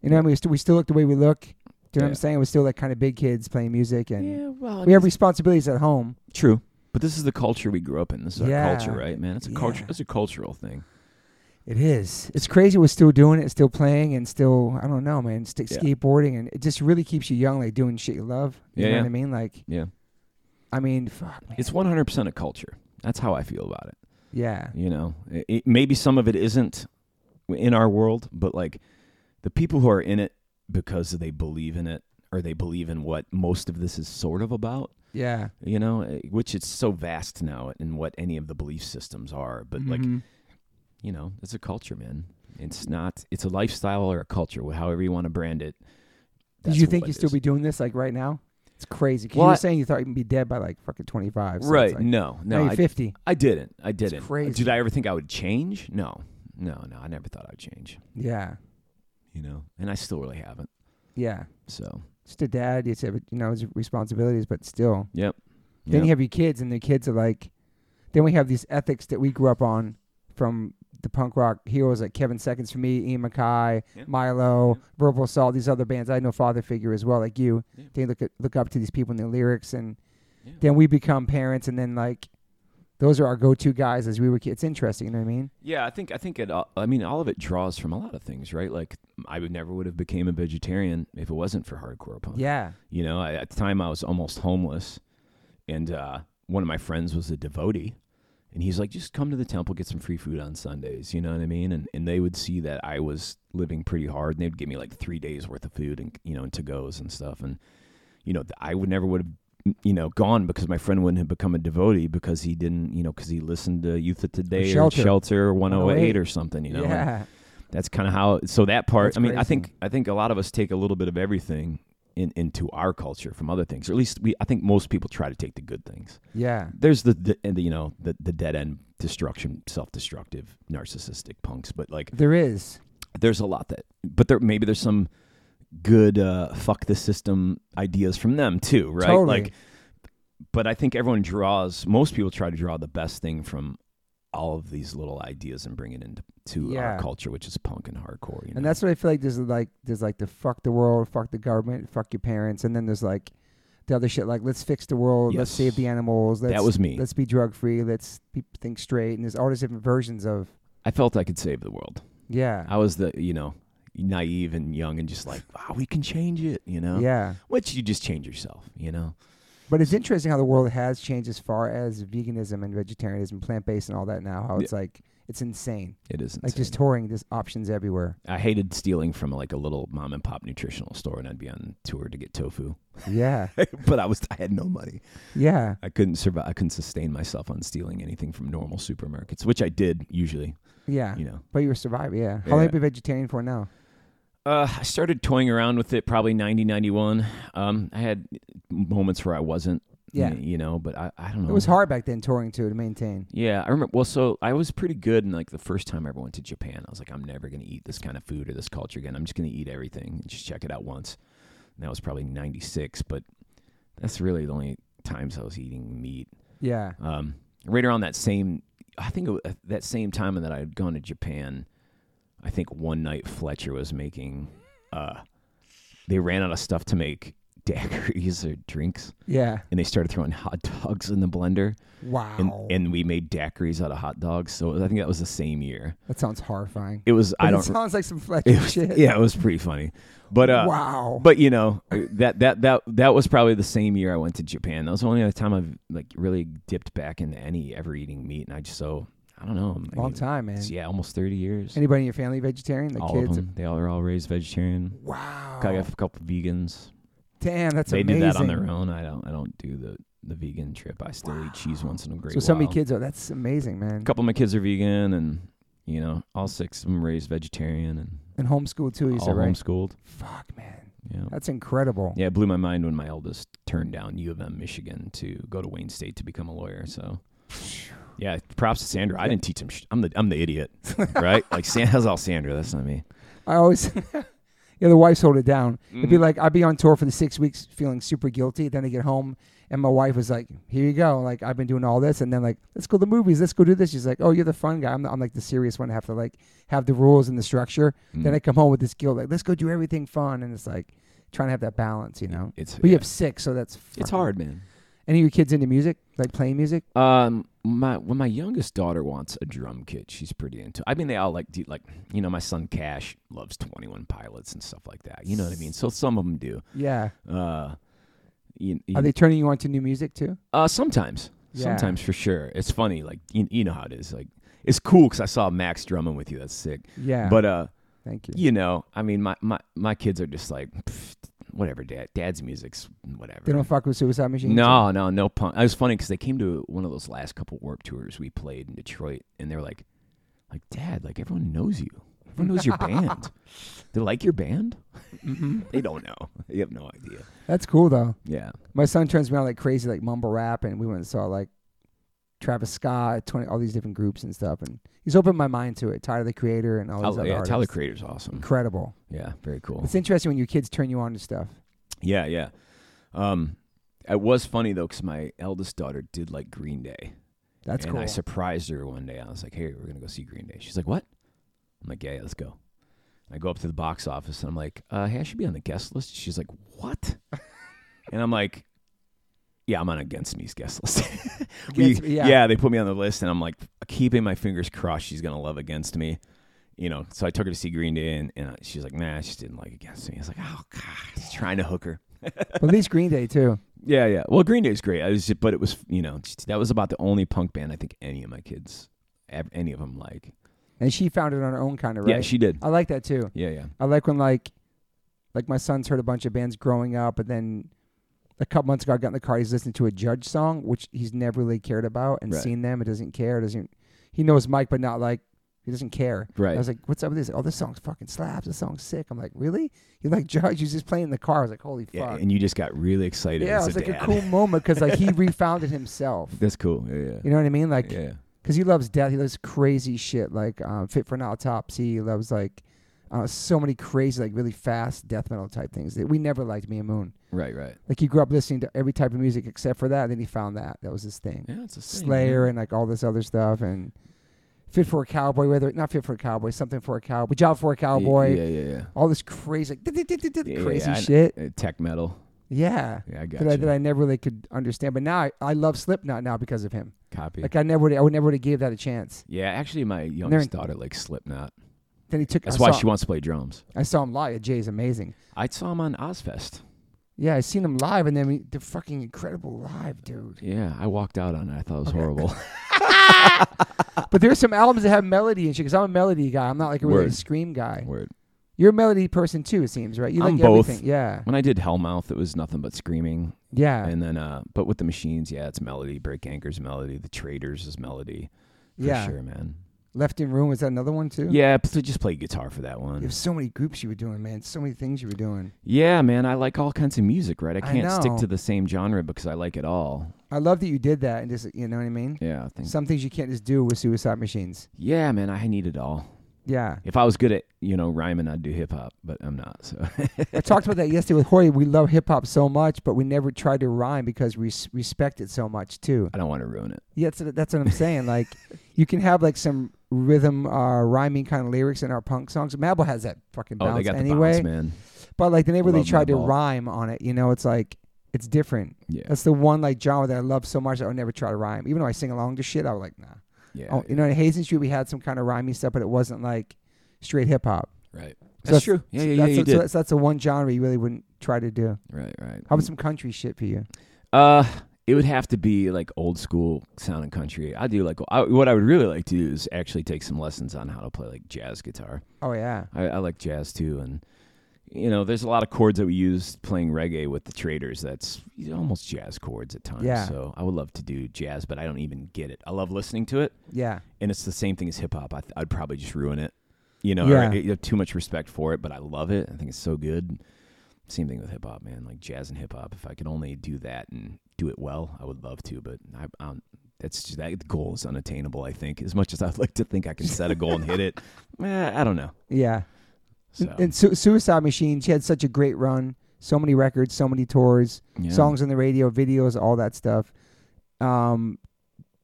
S1: You know, what I mean, we still, we still look the way we look. Do you know what
S2: Yeah.
S1: I'm saying? We're still like kind of big kids playing music, and
S2: yeah. Well,
S1: we have responsibilities at home.
S2: true. But this is the culture we grew up in. This is
S1: Yeah.
S2: our culture, right, man? It's a
S1: Yeah.
S2: culture. It's a cultural thing.
S1: It is. It's crazy. We're still doing it, still playing, and still I don't know, man. Stick
S2: Yeah.
S1: skateboarding, and it just really keeps you young, like doing shit you love. You
S2: Yeah,
S1: know
S2: yeah.
S1: what I mean? Like,
S2: Yeah.
S1: I mean, fuck, man.
S2: It's 100% a culture. That's how I feel about it.
S1: yeah,
S2: you know it, it- maybe some of it isn't in our world but like the people who are in it because they believe in it or they believe in what most of this is sort of about
S1: Yeah.
S2: you know eh, which it's so vast now in what any of the belief systems are but like
S1: Mhm.
S2: you know it's a culture man it's not it's a lifestyle or a culture wh- however you want to brand it
S1: Did
S2: that's
S1: you think
S2: what
S1: you
S2: it
S1: still
S2: is.
S1: be doing this like right now? It's crazy. 'Cause
S2: Well,
S1: you
S2: I-
S1: were saying you thought you'd be dead by like fucking 25. so it's
S2: right
S1: like-
S2: no
S1: now
S2: no
S1: you're
S2: I,
S1: 50.
S2: I didn't i didn't
S1: crazy.
S2: did i ever think i would change no no no i never thought i'd change
S1: Yeah.
S2: you know and i still really haven't
S1: Yeah.
S2: so
S1: Just a dad. It's, you know, his responsibilities, but still.
S2: yep
S1: Then
S2: Yep.
S1: you have your kids, and the kids are like, then we have these ethics that we grew up on from the punk rock heroes like Kevin Seconds for me, Ian Mackay,
S2: Yeah.
S1: Milo, Verbal Assault, these other bands. I had no father figure as well, like you.
S2: Yeah.
S1: They look at, look up to these people and their lyrics, and
S2: Yeah.
S1: then we become parents, and then like those are our go to guys as we were kids. It's interesting, you know what I mean?
S2: Yeah, I think I think it. all- I mean, all of it draws from a lot of things, right? Like I would never would have became a vegetarian if it wasn't for hardcore punk.
S1: Yeah,
S2: You know, I, at the time I was almost homeless, and uh, one of my friends was a devotee, and he's like, "Just come to the temple, get some free food on Sundays." You know what I mean? And and they would see that I was living pretty hard, and they'd give me like three days worth of food and you know and to goes and stuff, and you know th- I would never would have you know gone because my friend wouldn't have become a devotee because he didn't you know because he listened to Youth of Today
S1: Shelter.
S2: or Shelter or
S1: 108.
S2: 108 or something. You know, And-
S1: yeah,
S2: that's kind of how so that part
S1: That's
S2: i mean i
S1: crazy.
S2: think i think a lot of us take a little bit of everything in, into our culture from other things or at least we i think most people try to take the good things
S1: yeah,
S2: there's the, the, and the you know the, the dead end destruction self-destructive narcissistic punks but like
S1: there is.
S2: there's a lot that but there maybe there's some good uh fuck the system ideas from them too right
S1: Totally.
S2: like but i think everyone draws most people try to draw the best thing from all of these little ideas and bring it into to
S1: Yeah.
S2: our culture which is punk and hardcore you know?
S1: And that's what I feel like there's like there's like the fuck the world, fuck the government, fuck your parents, and then there's like the other shit like let's fix the world, let's
S2: Yes.
S1: save the animals, let's
S2: that was me.
S1: let's be drug free, let's be, think straight, and there's all these different versions of
S2: I felt I could save the world.
S1: yeah,
S2: I was the, you know, naive and young and just like, wow, we can change it, you know?
S1: yeah.
S2: Which you just change yourself, you know?
S1: But it's interesting how the world has changed as far as veganism and vegetarianism, plant based, and all that now. How it's like it's insane,
S2: It is
S1: like just
S2: insane.
S1: touring, there's options everywhere.
S2: I hated stealing from like a little mom and pop nutritional store and I'd be on tour to get tofu.
S1: Yeah,
S2: but I was I had no money.
S1: yeah,
S2: I couldn't survive I couldn't sustain myself on stealing anything from normal supermarkets, which I did usually,
S1: yeah.
S2: you know.
S1: But you were surviving. Yeah. How long
S2: Yeah.
S1: have you been vegetarian for now?
S2: Uh, I started toying around with it probably 90, 91. Um, I had moments where I wasn't,
S1: Yeah.
S2: you know, but I, I don't know.
S1: It was hard back then touring too to maintain.
S2: Yeah, I remember. Well, so I was pretty good, and like the first time I ever went to Japan, I was like, I'm never gonna eat this kind of food or this culture again. I'm just gonna eat everything and just check it out once. And that was probably '96, but that's really the only times I was eating meat.
S1: Yeah,
S2: Um, right around that same, I think it wa- uh, that same time that I had gone to Japan, I think one night Fletcher was making. Uh, they ran out of stuff to make daiquiris or drinks,
S1: yeah.
S2: and they started throwing hot dogs in the blender
S1: Wow.
S2: and, and we made daiquiris out of hot dogs. So I think that was the same year.
S1: that sounds horrifying.
S2: It was I
S1: But
S2: don't.
S1: It sounds like some Fletcher
S2: it was-
S1: shit.
S2: yeah, it was pretty funny, but uh,
S1: wow.
S2: but you know that that that that was probably the same year I went to Japan. That was the only other time I've like really dipped back into any ever eating meat, and I just so I don't know. I
S1: Long
S2: mean,
S1: time, man.
S2: it's- Yeah, almost thirty years.
S1: Anybody in your family vegetarian? Like
S2: all
S1: kids?
S2: of them. They all are all raised vegetarian.
S1: Wow.
S2: I have a couple vegans.
S1: Damn, that's
S2: they
S1: amazing.
S2: do that on their own. I don't. I don't do the the vegan trip. I still eat cheese once in a great
S1: So so many
S2: while.
S1: kids are. That's amazing, man.
S2: a couple of my kids are vegan and you know all six of them raised vegetarian and
S1: And homeschool too. You
S2: all
S1: said right? Oh.
S2: homeschooled
S1: Fuck, man.
S2: yeah
S1: That's incredible.
S2: yeah it blew my mind when my eldest turned down u of m michigan to go to wayne state to become a lawyer so yeah props to sandra i didn't teach him sh- i'm the i'm the idiot right like sandra's all sandra that's not me
S1: I always. Yeah, the wives hold it down. It'd be
S2: Mm.
S1: like I'd be on tour for the six weeks, feeling super guilty. Then I get home, and my wife was like, "Here you go. Like I've been doing all this, and then like let's go to the movies. Let's go do this." She's like, "Oh, you're the fun guy. I'm, the, I'm like the serious one. I have to like have the rules and the structure."
S2: Mm-hmm. Mm.
S1: Then I come home with this guilt, like let's go do everything fun, and it's like trying to have that balance, you know.
S2: it's
S1: But you
S2: yeah.
S1: have six, so that's
S2: it's
S1: fucking-
S2: hard man
S1: Any of your kids into music, like playing music?
S2: Um, my when my youngest daughter wants a drum kit, she's pretty into. I mean, they all like do, like you know, my son Cash loves Twenty One Pilots and stuff like that. You know what I mean? So some of them do.
S1: Yeah.
S2: Uh, you, you-
S1: Are they turning you on to new music too?
S2: uh sometimes,
S1: Yeah.
S2: sometimes for sure. It's funny, like you, you know how it is. Like it's cool because I saw Max drumming with you. That's sick.
S1: Yeah.
S2: But uh,
S1: thank you.
S2: you know, I mean, my my my kids are just like. "Pfft, whatever. Dad, dad's music's whatever.
S1: They don't fuck with Suicide Machines.
S2: No, no, no punk. It was funny because they came to one of those last couple Warp tours we played in Detroit, and they were like, "Like Dad, like everyone knows you. Everyone knows your band. They like your band. they don't know. They have no idea.
S1: Mm-hmm. That's cool though.
S2: Yeah,
S1: My son turns me on like crazy, like mumble rap, and we went and saw like Travis Scott, twenty, all these different groups and stuff, and he's opened my mind to it. Tyler the Creator and all these
S2: Tyler,
S1: other
S2: yeah
S1: artists.
S2: Tyler Creator's awesome.
S1: Incredible.
S2: Yeah, very cool.
S1: It's interesting when your kids turn you on to stuff.
S2: Yeah, yeah. Um, it was funny though because my eldest daughter did like Green Day.
S1: That's
S2: and
S1: cool.
S2: I surprised her one day. I was like, "Hey, we're gonna go see Green Day." She's like, "What?" I'm like, "Yeah, yeah let's go." And I go up to the box office and I'm like, uh, "Hey, I should be on the guest list." She's like, "What?" and I'm like, "Yeah, I'm on against me's guest list." We-
S1: Against Me, yeah.
S2: they put me on the list, and I'm like keeping my fingers crossed she's gonna love against me. You know, so I took her to see Green Day, and, and she's like, "Nah, she didn't like against me." I was like, "Oh God, just trying to hook her."
S1: but at least Green Day too.
S2: Yeah, yeah. Well, Green Day's great. I was, just, but it was, you know, just- that was about the only punk band I think any of my kids, ev- any of them, like.
S1: And she found it on her own kind of right.
S2: Yeah, she did.
S1: I like that too.
S2: Yeah, yeah,
S1: I like when like like my son's heard a bunch of bands growing up, and then a couple months ago I got in the car. He's listening to a Judge song, which he's never really cared about and
S2: Right.
S1: seen them. It doesn't care. Doesn't he knows Mike, but not like he doesn't care.
S2: right.
S1: I was like, "What's up with this? Oh, this song's fucking slaps. This song's sick." I'm like, "Really? You like Judge? You just playing in the car?" I was like, "Holy fuck!"
S2: yeah, and you just got really excited.
S1: Yeah,
S2: as
S1: it was
S2: a
S1: like
S2: dad.
S1: a cool moment because like he refounded himself.
S2: That's cool. Yeah,
S1: You know what I mean? Like,
S2: yeah, yeah.
S1: because he loves death. He loves crazy shit like um, Fit for an Autopsy. He loves like uh, so many crazy, like really fast death metal type things that we never liked. Me and Moon,
S2: Right, right.
S1: like he grew up listening to every type of music except for that. And then he found that that was his thing,
S2: Yeah, it's a thing,
S1: Slayer
S2: man.
S1: and like all this other stuff and Fit for a Cowboy, whether not Fit for a Cowboy, something for a cowboy, Job for a Cowboy,
S2: Yeah, yeah, yeah.
S1: all this crazy, like,
S2: Yeah, yeah,
S1: crazy
S2: I kn-
S1: shit.
S2: yeah. Uh, Tech metal.
S1: Yeah.
S2: Yeah, I got
S1: That I, that I never really could understand, but now I, I love Slipknot now because of him.
S2: Copy.
S1: Like I never would, I would never would have gave that a chance.
S2: yeah, actually, my
S1: They're
S2: youngest
S1: in-
S2: daughter likes Slipknot.
S1: Then he took.
S2: That's
S1: I
S2: why
S1: saw-
S2: she wants to play drums.
S1: I saw him live. Jay's amazing.
S2: I saw him on Ozfest.
S1: Yeah, I seen him live, and then we, they're fucking incredible live, dude.
S2: Yeah, I walked out on it. I thought it was horrible. Uh,
S1: But there's some albums that have melody and shit. Because I'm a melody guy. I'm not like a really
S2: Word.
S1: scream guy.
S2: Word.
S1: You're a melody person too. It seems right. You
S2: I'm
S1: like
S2: both.
S1: everything. Yeah,
S2: When I did Hellmouth, it was nothing but screaming.
S1: yeah,
S2: And then, uh, but with the machines, yeah, it's melody. Break Anchor's melody. The Traders is melody. For
S1: yeah.
S2: sure, man.
S1: Left in Room is that another one too?
S2: Yeah, pl- just play guitar for that
S1: You
S2: one.
S1: have so many groups you were doing, man. So many things you were doing.
S2: Yeah, man, I like all kinds of music, right? I
S1: I
S2: can't stick
S1: know.
S2: to the same genre because I like it all.
S1: I love that you did that, and just you know what I mean.
S2: Yeah, I think.
S1: Some things you can't just do with Suicide Machines.
S2: yeah, man, I need it all.
S1: Yeah,
S2: If I was good at you know rhyming, I'd do hip hop, but I'm not. So
S1: I talked about that yesterday with Hoy. We love hip hop so much, but we never tried to rhyme because we s- respect it so much too.
S2: I don't want to ruin it.
S1: Yeah, that's, that's what I'm saying. Like, you can have like some rhythm, uh, rhyming kind of lyrics in our punk songs. Mabel has that fucking
S2: Oh,
S1: bounce
S2: they got
S1: anyway.
S2: the bounce, man.
S1: But like, they never really
S2: Love
S1: tried to
S2: Madball.
S1: rhyme on it. You know, it's like it's different.
S2: Yeah,
S1: That's the one like genre that I love so much. That I would never try to rhyme, even though I sing along to shit. I was like, nah.
S2: yeah,
S1: oh, you know, in Hazen Street we had some kind of rhyming stuff, but it wasn't like straight hip hop.
S2: right.
S1: So
S2: That's true. Yeah,
S1: so
S2: yeah, yeah.
S1: that's,
S2: You
S1: so
S2: did.
S1: that's, that's the one genre you really wouldn't try to do.
S2: Right, right.
S1: How about some country shit for you?
S2: Uh, it would have to be like old school sounding country. I do like I, what I would really like to do is actually take some lessons on how to play like jazz guitar.
S1: Oh yeah,
S2: I, I like jazz too, and you know, there's a lot of chords that we use playing reggae with the traders. That's you know, almost jazz chords at times.
S1: Yeah.
S2: So I would love to do jazz, but I don't even get it. I love listening to it,
S1: yeah.
S2: and it's the same thing as hip hop. I th- I'd probably just ruin it. You know,
S1: Yeah.
S2: or I- I have too much respect for it, but I love it. I think it's so good. Same thing with hip hop, man. Like jazz and hip hop. If I could only do that and do it well, I would love to. But I, I don't, that's just, that goal is unattainable. I think as much as I'd like to think I can set a goal and hit it, eh, I don't know.
S1: Yeah.
S2: So,
S1: And- And Su- Suicide Machine, she had such a great run. So many records, so many tours,
S2: yeah.
S1: songs on the radio, videos, all that stuff. Um,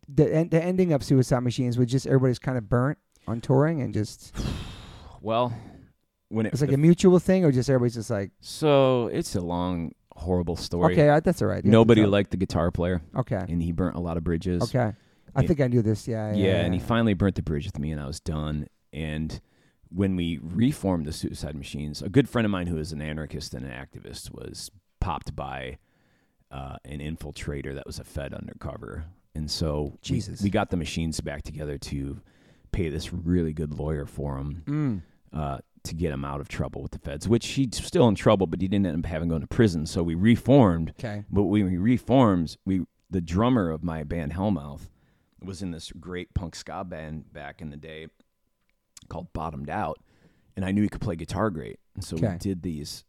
S1: the en- the ending of Suicide Machines was just everybody's kind of burnt on touring and just
S2: Well, when it
S1: it's like
S2: the-
S1: a mutual thing, or just everybody's just like,
S2: so it's a long horrible story.
S1: okay, I- that's all right. You have to
S2: Nobody
S1: tell-
S2: liked the guitar player,
S1: okay,
S2: and he burnt a lot of bridges.
S1: okay. I
S2: Yeah.
S1: think I knew this. Yeah, yeah.
S2: yeah, and he finally burnt the bridge with me, and I was done. And when we reformed the Suicide Machines, a good friend of mine who is an anarchist and an activist was popped by uh, an infiltrator that was a Fed undercover, and so we-
S1: Jesus.
S2: we, got the machines back together to pay this really good lawyer for him
S1: Mm.
S2: uh, to get him out of trouble with the feds, which he's still in trouble, but he didn't end up having going to prison. So we reformed.
S1: Okay.
S2: But when we reformed, we the drummer of my band Hellmouth was in this great punk ska band back in the day called Bottomed Out, and I knew he could play guitar great, and so
S1: Okay.
S2: we did these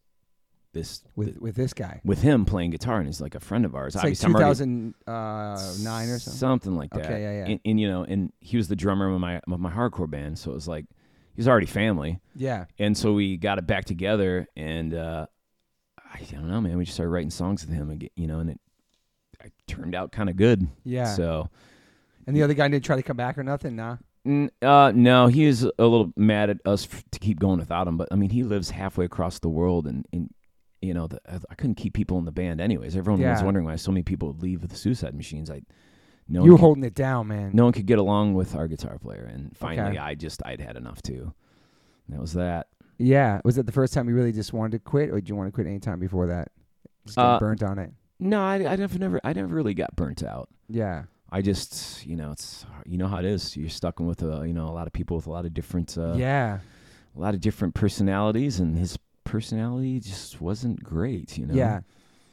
S2: this
S1: With with this guy.
S2: with him playing guitar, and he's like a friend of
S1: It's
S2: ours.
S1: like
S2: Obviously, I'm already-
S1: 2009 or something.
S2: like that.
S1: Okay, yeah, yeah.
S2: And, and, you know, and he was the drummer of my of my hardcore band, so it was like he was already family.
S1: Yeah.
S2: And so we got it back together, and uh, I don't know, man. We just started writing songs with him, again, you know, and it, it turned out kind of good.
S1: Yeah.
S2: So
S1: and the other guy didn't try to come back or nothing. Nah.
S2: n- uh, no, he was a little mad at us f- to keep going without him, but I mean, he lives halfway across the world, and and you know, the, I couldn't keep people in the band anyways. Everyone was
S1: Yeah.
S2: wondering why so many people would leave with the Suicide Machines. I
S1: you
S2: no one
S1: were
S2: could-
S1: holding it down, man.
S2: no one could get along with our guitar player and finally
S1: Okay.
S2: i just i'd had enough too And that was that
S1: Yeah. Was it the first time you really just wanted to quit, or did you want to quit any time before that? Just getting
S2: Uh,
S1: burnt on it.
S2: no i i never never i never really got burnt out
S1: Yeah.
S2: i just you know it's you know how it is you're stuck with a you know a lot of people with a lot of different uh,
S1: yeah.
S2: a lot of different personalities and his personality just wasn't great you know
S1: Yeah.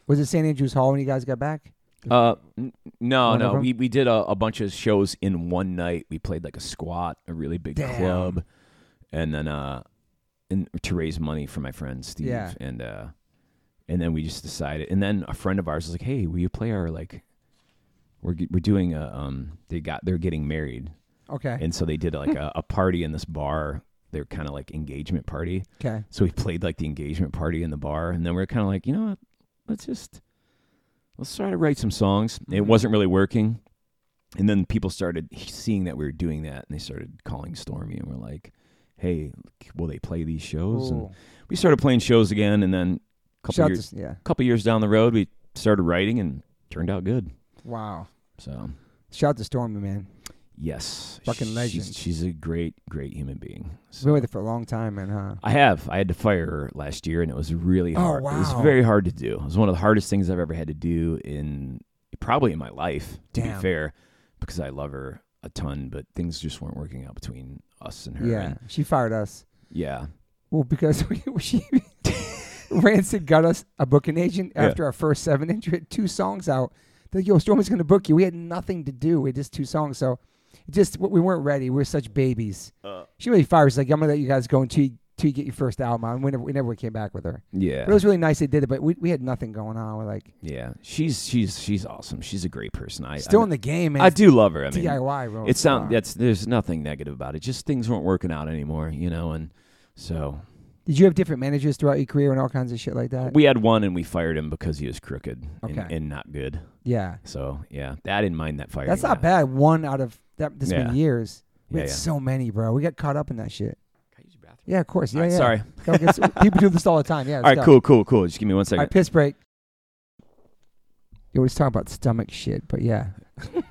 S1: Was it St. Andrews Hall when you guys got back?
S2: uh n- no
S1: One of
S2: no
S1: them?
S2: we, we did a, a bunch of shows in one night we played like a squat a really big
S1: Damn.
S2: club and then uh and to raise money for my friend Steve
S1: Yeah.
S2: and uh and then we just decided and then a friend of ours was like hey will you play our like we're g- we're doing a um they got they're getting married
S1: Okay.
S2: and so they did like a, a party in this bar they're kind of like engagement party
S1: okay.
S2: so we played like the engagement party in the bar, and then we are kind of like, you know what? Let's just let's try to write some songs. It
S1: Mhm.
S2: wasn't really working, and then people started seeing that we were doing that, and they started calling Stormy, and we're like, hey, will they play these shows? And
S1: Ooh.
S2: we started playing shows again, and then a couple
S1: Shout
S2: years,
S1: to- yeah.
S2: couple years down the road, we started writing, and turned out good.
S1: Wow.
S2: So
S1: Shout to Stormy, man.
S2: yes,
S1: Fucking
S2: she's-
S1: legend.
S2: She's, a great, great human being.
S1: She's been with it for a long time, man, huh?
S2: I have. I had to fire her last year, and it was really
S1: Oh,
S2: hard. It was
S1: wow.
S2: very hard to do. It was one of the hardest things I've ever had to do in probably in my life, to
S1: Damn.
S2: be fair, because I love her a ton, but things just weren't working out between us and her.
S1: Yeah.
S2: and-
S1: She fired us.
S2: yeah.
S1: Well, because we, she Rancid got us a booking agent
S2: Yeah.
S1: after our first seven inch hit two songs out. They're like, yo, Stormy's gonna book you. We had nothing to do. We had just two songs, so it just we weren't ready. We were such babies.
S2: Uh.
S1: she really fires like I'm gonna let you guys go until you, until you get your first album. out. And we never we never came back with her.
S2: Yeah.
S1: But it was really nice they did it, but we, we had nothing going on. We're like
S2: yeah. She's she's she's awesome. She's a great person. I
S1: still
S2: I,
S1: in the game, man.
S2: I do love her. I mean,
S1: DIY. Bro.
S2: it sound
S1: Wow.
S2: that's there's nothing negative about it. Just things weren't working out anymore, you know, and so
S1: Did you have different managers throughout your career and all kinds of shit like that?
S2: we had one and we fired him because he was crooked and,
S1: Okay.
S2: and not good.
S1: yeah,
S2: So yeah, I didn't mind that fire.
S1: that's not bad. One out of that this
S2: Yeah.
S1: many years. We
S2: Yeah,
S1: had
S2: yeah.
S1: so many, bro. We got caught up in that shit.
S2: Can I use your bathroom?
S1: Yeah, of course. Yeah,
S2: All right,
S1: yeah.
S2: Sorry.
S1: Go get some- people do this all the time. Yeah.
S2: All
S1: let's
S2: right.
S1: go.
S2: Cool. Cool. Cool. Just give me one
S1: All
S2: second.
S1: right, piss break. You always talking about stomach shit, but yeah.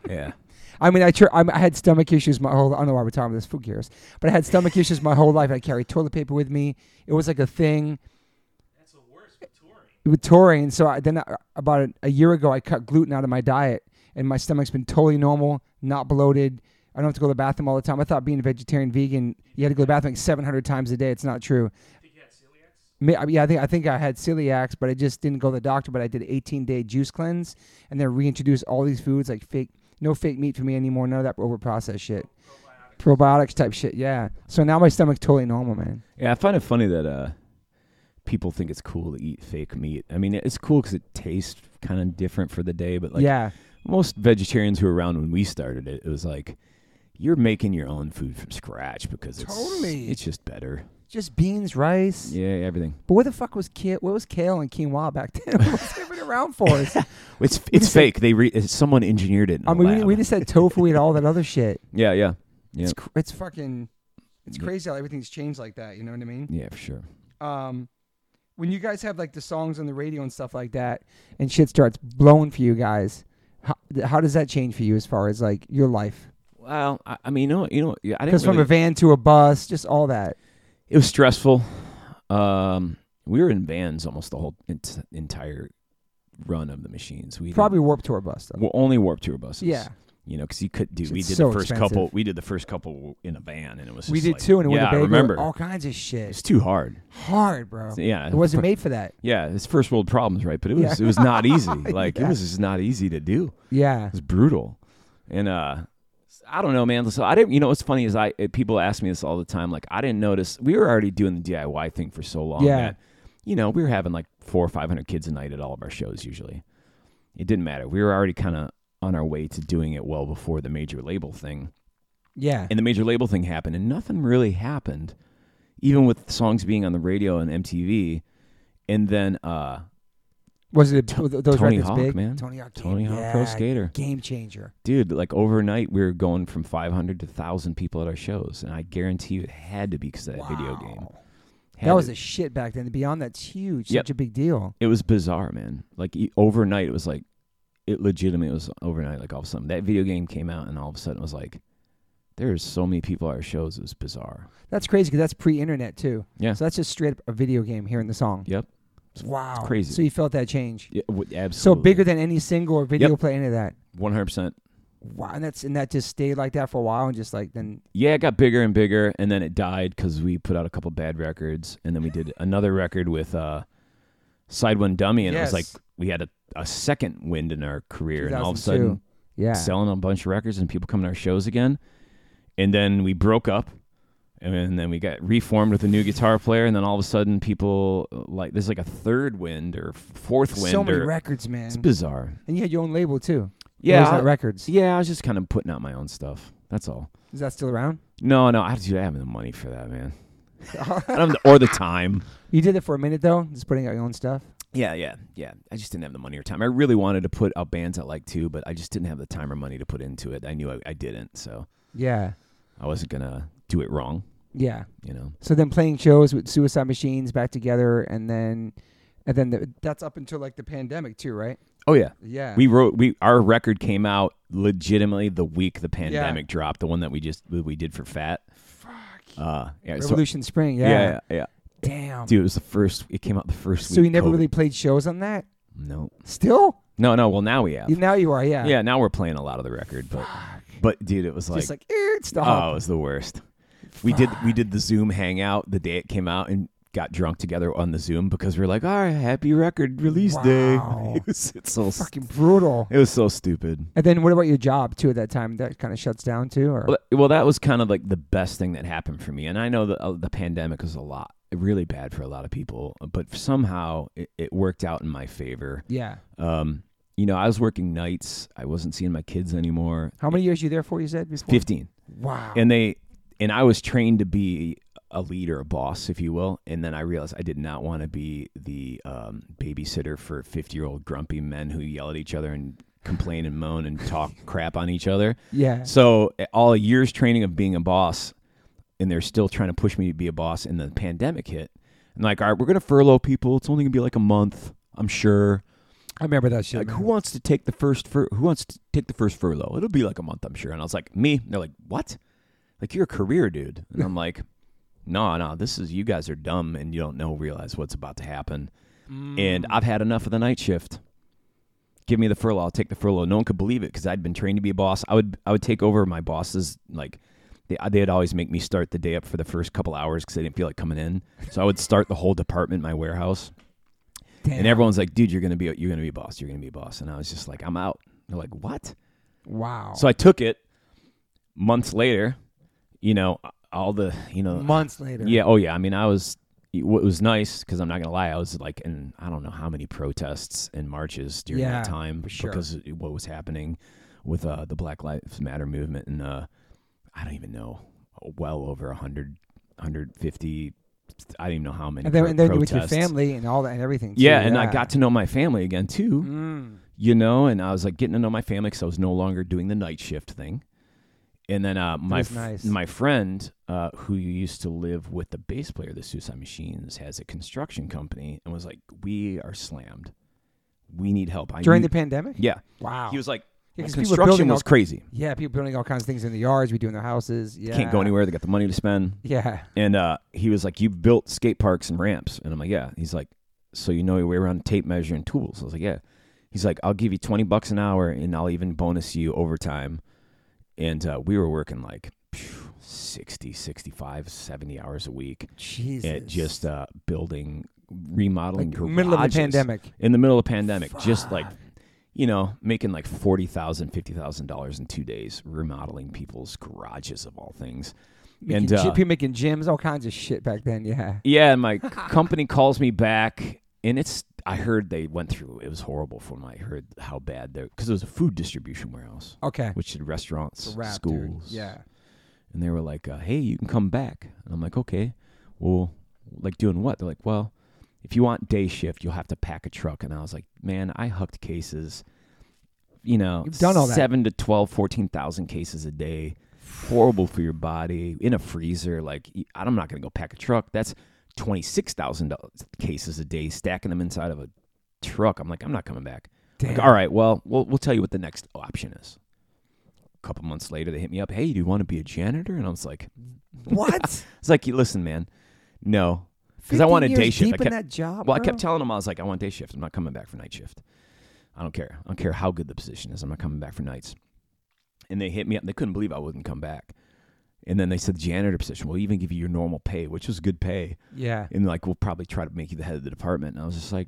S2: Yeah.
S1: I mean, I, tr- I, I had stomach issues my whole. I don't know why we're talking about this. Who cares? But I had stomach issues my whole life. I carried toilet paper with me. It was like a thing. That's the worst with touring. With touring, so I, then I, about a, a year ago, I cut gluten out of my diet, and my stomach's been totally normal, not bloated. I don't have to go to the bathroom all the time. I thought being a vegetarian, vegan, you had to go to the bathroom like 700 times a day. It's not true. Ma- I mean, yeah, I think I think I had celiacs, but I just didn't go to the doctor. But I did 18 day juice cleanse, and then reintroduced all these foods like fake, no fake meat for me anymore. None of that over processed shit, probiotics. type shit. Yeah. So now my stomach's totally normal, man.
S2: Yeah. I find it funny that uh, people think it's cool to eat fake meat. I mean, it's cool because it tastes kind of different for the day. But like
S1: yeah.
S2: most vegetarians who were around when we started it, it was like you're making your own food from scratch because it's
S1: Totally.
S2: it's just better.
S1: Just beans, rice.
S2: Yeah. Everything.
S1: But where the fuck was kale? Where was kale and quinoa back then? What's it been around for us?
S2: It's it's
S1: just said-
S2: fake. they re- someone engineered it. In
S1: I
S2: a
S1: mean, Uh, we,
S2: lab.
S1: we just had tofu and all that other shit.
S2: yeah. Yeah.
S1: It's
S2: Yeah.
S1: It's it's fucking, it's
S2: Yeah.
S1: crazy how everything's changed like that. You know what I mean?
S2: Yeah. For sure.
S1: um, when you guys have like the songs on the radio and stuff like that, and shit starts blowing for you guys, how, th- how does that change for you as far as like your life?
S2: Well, I, I mean, you know, you know, yeah, I didn't.
S1: Because from
S2: really-
S1: a van to a bus, just all that.
S2: It was stressful. Um, we were in vans almost the whole ent- entire run of the machines. We didn't-
S1: Probably warp tour bus. Though.
S2: well, only warp tour buses.
S1: Yeah,
S2: You know, because you could do.
S1: It's
S2: We did
S1: so
S2: the first
S1: expensive.
S2: couple. We did the first couple in a van, and it was.
S1: we
S2: just
S1: did
S2: like-
S1: too, and it
S2: yeah,
S1: went to
S2: I
S1: Baby.
S2: remember.
S1: All kinds of
S2: It's
S1: shit.
S2: too hard.
S1: Hard, bro.
S2: Yeah,
S1: It wasn't made for that.
S2: Yeah, it's first world problems, right? But it
S1: Yeah.
S2: was it was not easy. Like
S1: Yeah.
S2: it was just not easy to do.
S1: Yeah.
S2: It was brutal, and uh, I don't know, man. So I didn't. You know, what's funny is I uh, people ask me this all the time. Like I didn't notice we were already doing the DIY thing for so long.
S1: Yeah.
S2: that, you know, we were having like four or five hundred kids a night at all of our shows. Usually, it didn't matter. We were already kind of on our way to doing it well before the major label thing
S1: Yeah.
S2: and the major label thing happened and nothing really happened even with songs being on the radio and MTV and then uh
S1: Was it a, those
S2: Tony
S1: records
S2: Hawk,
S1: big?
S2: man.
S1: Tony Hawk. game-
S2: Tony Hawk Pro
S1: yeah,
S2: Skater
S1: Game changer.
S2: dude like overnight we were going from 500 to 1000 people at our shows and I guarantee you it had to be cuz of that video
S1: Wow.
S2: game Had
S1: That was
S2: to-
S1: a shit back then. Beyond that's huge.
S2: Yep.
S1: Such a big deal.
S2: it was bizarre man like e- overnight it was like it legitimately was overnight like all of a sudden that video game came out and all of a sudden it was like there's so many people at our shows it was bizarre
S1: That's crazy because that's pre-internet too.
S2: Yeah.
S1: So that's just straight up a video game here in the song.
S2: yep
S1: Wow.
S2: crazy.
S1: So you felt that change.
S2: yeah, w- absolutely
S1: So bigger than any single or video play, any of that.
S2: 100%
S1: Wow. And that's and that just stayed like that for a while and just like then
S2: yeah, it got bigger and bigger, and then it died because we put out a couple bad records, and then we did another record with uh, Side One Dummy, and it
S1: Yes.
S2: was like we had a, a second wind in our career, and all of a
S1: 2002.
S2: sudden
S1: yeah.
S2: selling a bunch of records and people coming to our shows again, and then we broke up, and then- then we got reformed with a new guitar player, and then all of a sudden people uh, like there's like a third wind or fourth wind,
S1: so many
S2: or
S1: records, man.
S2: it's bizarre.
S1: and you had your own label too.
S2: Yeah,
S1: Rosette
S2: I-
S1: Records.
S2: yeah, I was just kind of putting out my own stuff. That's all.
S1: Is that still around?
S2: No, no, I, dude, I have the money for that, man. I don't have the, or the time.
S1: You did it for a minute though, just putting out your own stuff.
S2: Yeah, yeah, yeah. I just didn't have the money or time. I really wanted to put out bands I like too, but I just didn't have the time or money to put into it. I knew I, I didn't, so
S1: Yeah.
S2: I wasn't gonna do it wrong.
S1: Yeah.
S2: You know,
S1: So then playing shows with Suicide Machines back together, and then and then the, that's up until like the pandemic too, right?
S2: Oh yeah.
S1: Yeah.
S2: We wrote we our record came out legitimately the week the pandemic dropped, the one that we just that we did for Fat. Fuck. Uh, yeah, so-
S1: Revolution Spring. Yeah.
S2: yeah, yeah, yeah.
S1: Damn.
S2: Dude, it was the first. It came out the first week.
S1: so you never
S2: COVID.
S1: really played shows on that?
S2: No,
S1: Still?
S2: no, no. Well, now we have.
S1: You- Now you are, yeah.
S2: Uh, Yeah, now we're playing a lot of the record, but but dude, it was like,
S1: Just like, "Eh, it's the
S2: oh, it was the worst. We did we did the Zoom hangout the day it came out and got drunk together on the Zoom because we are like, all right, happy record release
S1: Wow.
S2: day. It was oh, it's so st-
S1: fucking brutal.
S2: it was so stupid.
S1: And then what about your job too at that time? That kind of shuts down too, or
S2: Well, that- well, that was kind of like the best thing that happened for me, and I know the uh, the pandemic was a lot really bad for a lot of people, but somehow it, it worked out in my favor.
S1: yeah.
S2: Um, you know, I was working nights. I wasn't seeing my kids anymore.
S1: How many years you there for? You said before.
S2: Fifteen.
S1: Wow.
S2: and they and I was trained to be a leader, a boss, if you will. And then I realized I did not want to be the um, babysitter for fifty-year-old grumpy men who yell at each other and complain and moan and talk crap on each other.
S1: yeah.
S2: So all a year's training of being a boss, and they're still trying to push me to be a boss. And the pandemic hit, and like, all right, we're gonna furlough people. It's only gonna be like a month, I'm sure.
S1: I remember that shit.
S2: Like,
S1: man.
S2: who wants to take the first fur- who wants to take the first furlough? It'll be like a month, I'm sure. And I was like, me. And they're like, what? Like you're a career dude. And I'm like, no, no, this is you guys are dumb and you don't know realize what's about to happen.
S1: Mm.
S2: And I've had enough of the night shift. Give me the furlough. I'll take the furlough. No one could believe it because I'd been trained to be a boss. I would I would take over my bosses like. They, they'd always make me start the day up for the first couple hours because they didn't feel like coming in. So I would start the whole department, in my warehouse,
S1: Damn.
S2: and everyone's like, "Dude, you're gonna be you're gonna be a boss. You're gonna be a boss." And I was just like, "I'm out." They're like, "What?"
S1: wow.
S2: So I took it. Months later, you know, all the you know,
S1: months later.
S2: uh, yeah, oh yeah. I mean, I was it wa- it was nice because I'm not gonna lie, I was like in I don't know how many protests and marches during
S1: Yeah,
S2: that time
S1: for sure.
S2: because of what was happening with uh, the Black Lives Matter movement and uh, I don't even know, well over 100, 150, I don't even know how many.
S1: And then,
S2: pro-
S1: and then with your
S2: protests.
S1: family and all that and everything.
S2: Yeah,
S1: too,
S2: and I got to know my family again too,
S1: Mm.
S2: you know, and I was like getting to know my family because I was no longer doing the night shift thing. And then uh, my
S1: is
S2: f-
S1: nice.
S2: my friend uh, who used to live with the bass player of the Suicide Machines has a construction company and was like, "We are slammed. We need help." I
S1: During
S2: knew-
S1: the pandemic?
S2: yeah,
S1: Wow.
S2: he was like,
S1: Yeah, 'cause people were
S2: "Construction
S1: building
S2: was
S1: all-
S2: crazy.
S1: yeah, people building all kinds of things in the yards, we do in their houses. Yeah.
S2: Can't go anywhere. They got the money to spend."
S1: Yeah.
S2: And uh, he was like, "You've built skate parks and ramps," and I'm like, "Yeah." He's like, "So you know your way around tape measure and tools?" I was like, "Yeah." He's like, "I'll give you twenty bucks an hour, and I'll even bonus you overtime and uh, we were working like phew, 60 65 70 hours a week
S3: Jesus.
S2: at just uh, building remodeling
S1: Like,
S2: garages
S1: middle of the pandemic.
S2: in the middle of pandemic just like you know making like $40000 $50000 in two days remodeling people's garages of all things
S1: Making
S2: and uh,
S1: gy- people making gyms, all kinds of shit back then. Yeah.
S2: yeah, and my c- company calls me back, and it's. I heard they went through. It was horrible for them. I heard how bad they because it was a food distribution warehouse,
S1: Okay.
S2: which had
S1: It's
S2: restaurants,
S1: a wrap, dude.
S2: schools.
S1: Yeah.
S2: and they were like, uh, "Hey, you can come back." And I'm like, "Okay, well, like doing what?" They're like, "Well, if you want day shift, you'll have to pack a truck." And I was like, "Man, I hucked cases. You know,
S1: You've done all that.
S2: seven to twelve, fourteen thousand cases a day. Horrible for your body in a freezer. Like, y- I'm not gonna go pack a truck. That's twenty six thousand cases a day, stacking them inside of a truck. I'm like, I'm not coming back."
S1: Damn.
S2: Like, all right, well, we'll we'll tell you what the next option is. A couple months later, they hit me up. Hey, do you want to be a janitor? And I was like,
S3: what?
S2: it's like, listen, man, no, because I want a
S1: 15
S2: day
S1: years
S2: shift.
S1: Deep
S2: I
S1: in
S2: kept,
S1: that job.
S2: well, I
S1: bro?
S2: kept telling them I was like, I want day shift. I'm not coming back for night shift. I don't care. I don't care how good the position is. I'm not coming back for nights. And they hit me up. They couldn't believe I wouldn't come back. And then they said the janitor position. We'll even give you your normal pay, which was good pay.
S1: Yeah.
S2: And like, we'll probably try to make you the head of the department. And I was just like,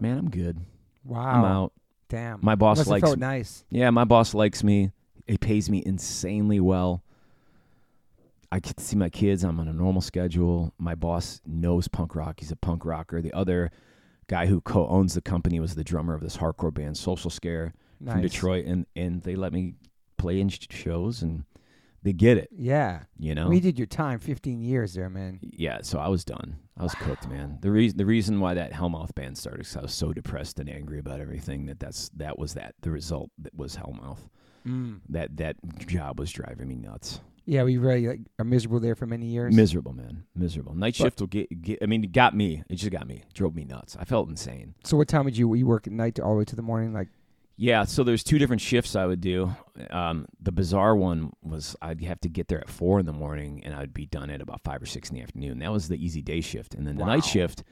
S2: man, I'm good.
S1: Wow.
S2: I'm out.
S1: Damn.
S2: My boss
S1: Must have
S2: likes
S1: felt nice.
S2: Yeah, my boss likes me. He pays me insanely well. I get to see my kids. I'm on a normal schedule. My boss knows punk rock. He's a punk rocker. The other guy who co-owns the company was the drummer of this hardcore band Social Scare
S1: Nice.
S2: from Detroit, and and they let me play in sh- shows, and they get it,
S1: Yeah.
S2: you know.
S1: We did your time. Fifteen years there, man.
S2: yeah, so I was done. I was cooked, man. The reason the reason why that Hellmouth band started, is I was so depressed and angry about everything that that's that was that the result that was Hellmouth
S1: Mm.
S2: that that job was driving me nuts.
S1: Yeah, we really like, are miserable there for many years.
S2: Miserable, man. Miserable. Night shift will get, get. I mean, it got me. It just got me. Drove me nuts. I felt insane.
S1: so what time would you you work at night to all the way to the morning? Like
S2: Yeah. So there's two different shifts I would do. Um, the bizarre one was I'd have to get there at four in the morning, and I'd be done at about five or six in the afternoon. That was the easy day shift, and then the
S1: Wow.
S2: night shift.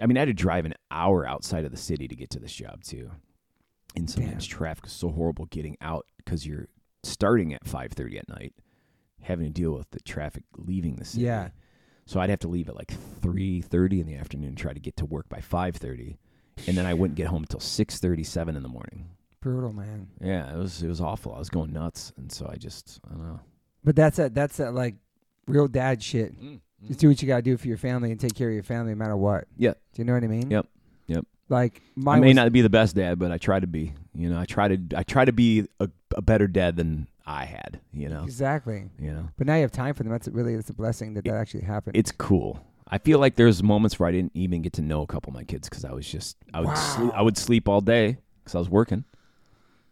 S2: I mean, I had to drive an hour outside of the city to get to this job too, and sometimes traffic is so horrible getting out because you're starting at five thirty at night, having to deal with the traffic leaving the city.
S1: Yeah.
S2: So I'd have to leave at like three thirty in the afternoon, try to get to work by five thirty, and then I wouldn't get home until six thirty seven in the morning.
S1: brutal, man.
S2: Yeah, it was it was awful. I was going nuts, and so I just I don't know.
S1: But that's that. That's that like real dad shit. Just do what you gotta do for your family and take care of your family no matter what.
S2: Yeah.
S1: Do you know what I mean?
S2: Yep. Yep.
S1: Like my
S2: I may not be the best dad, but I try to be. You know, I try to I try to be a, a better dad than I had. You know,
S1: exactly.
S2: you know,
S1: But now you have time for them. That's really that's a blessing that that actually happened.
S2: it's cool. I feel like there's moments where I didn't even get to know a couple of my kids because I was just I would sleep, I would sleep all day because I was working.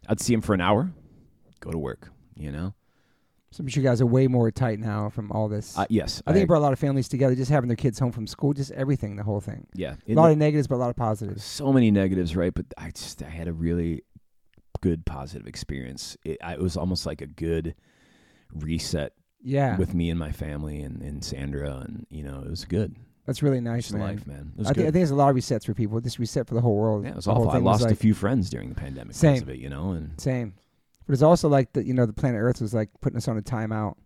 S2: I'd see them for an hour, go to work. You know,
S1: so I'm sure you guys are way more tight now from all this.
S2: Uh, yes,
S1: I think it brought a lot of families together, just having their kids home from school, just everything, the whole thing.
S2: yeah.
S1: A
S2: Isn't
S1: lot
S2: it-
S1: of negatives, but a lot of positives.
S2: so many negatives, right? But I just I had a really good positive experience. It, I, it was almost like a good reset
S1: Yeah,
S2: with me and my family and, and Sandra, and you know it was good.
S1: that's really
S2: It's
S1: nice, man.
S2: life, man. It was
S1: I,
S2: good.
S1: think I think there's a lot of resets for people. Just reset for the whole world.
S2: yeah, it was
S1: The whole
S2: awful. I
S1: thing
S2: lost
S1: like,
S2: a few friends during the pandemic because
S1: Same.
S2: of it, you know, and
S1: Same. But it's also like that. You know, the planet Earth was like putting us on a timeout.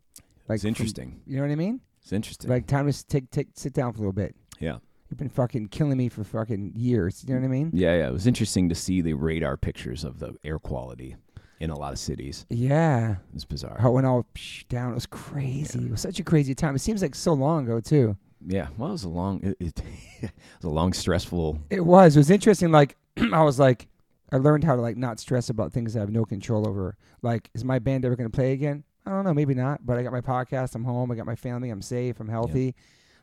S1: Like
S2: it's
S1: from-
S2: interesting.
S1: you know what I mean?
S2: It's interesting.
S1: Like time to s- take take sit down for a little bit.
S2: yeah,
S1: You've been fucking killing me for fucking years. You know what I mean?
S2: yeah, yeah. It was interesting to see the radar pictures of the air quality in a lot of cities.
S1: Yeah.
S2: It was bizarre.
S1: How it went all psh, down. It was crazy. It was such a crazy time. It seems like so long ago too.
S2: Yeah, well, it was a long, it, it, it was a long, stressful.
S1: It was. It was interesting. Like I was like, I learned how to like not stress about things I have no control over. Like, is my band ever going to play again? I don't know. Maybe not. But I got my podcast. I'm home. I got my family. I'm safe. I'm healthy.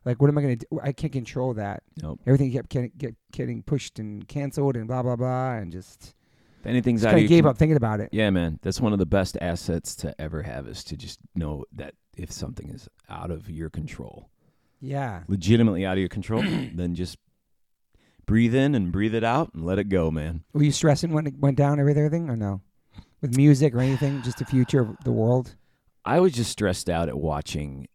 S1: Like, what am I going to do? I can't control that.
S2: Nope.
S1: Everything kept getting, get, getting pushed and canceled and blah blah blah, and just,
S2: If anything's
S1: just
S2: out of
S1: kind of
S2: your
S1: gave
S2: con-
S1: up thinking about it.
S2: Yeah, man, that's one of the best assets to ever have is to just know that if something is out of your control,
S1: Yeah.
S2: legitimately out of your control, then just breathe in and breathe it out and let it go, man.
S1: Were you stressing when it went down everything, everything or no? With music or anything, just the future of the world.
S2: I was just stressed out at watching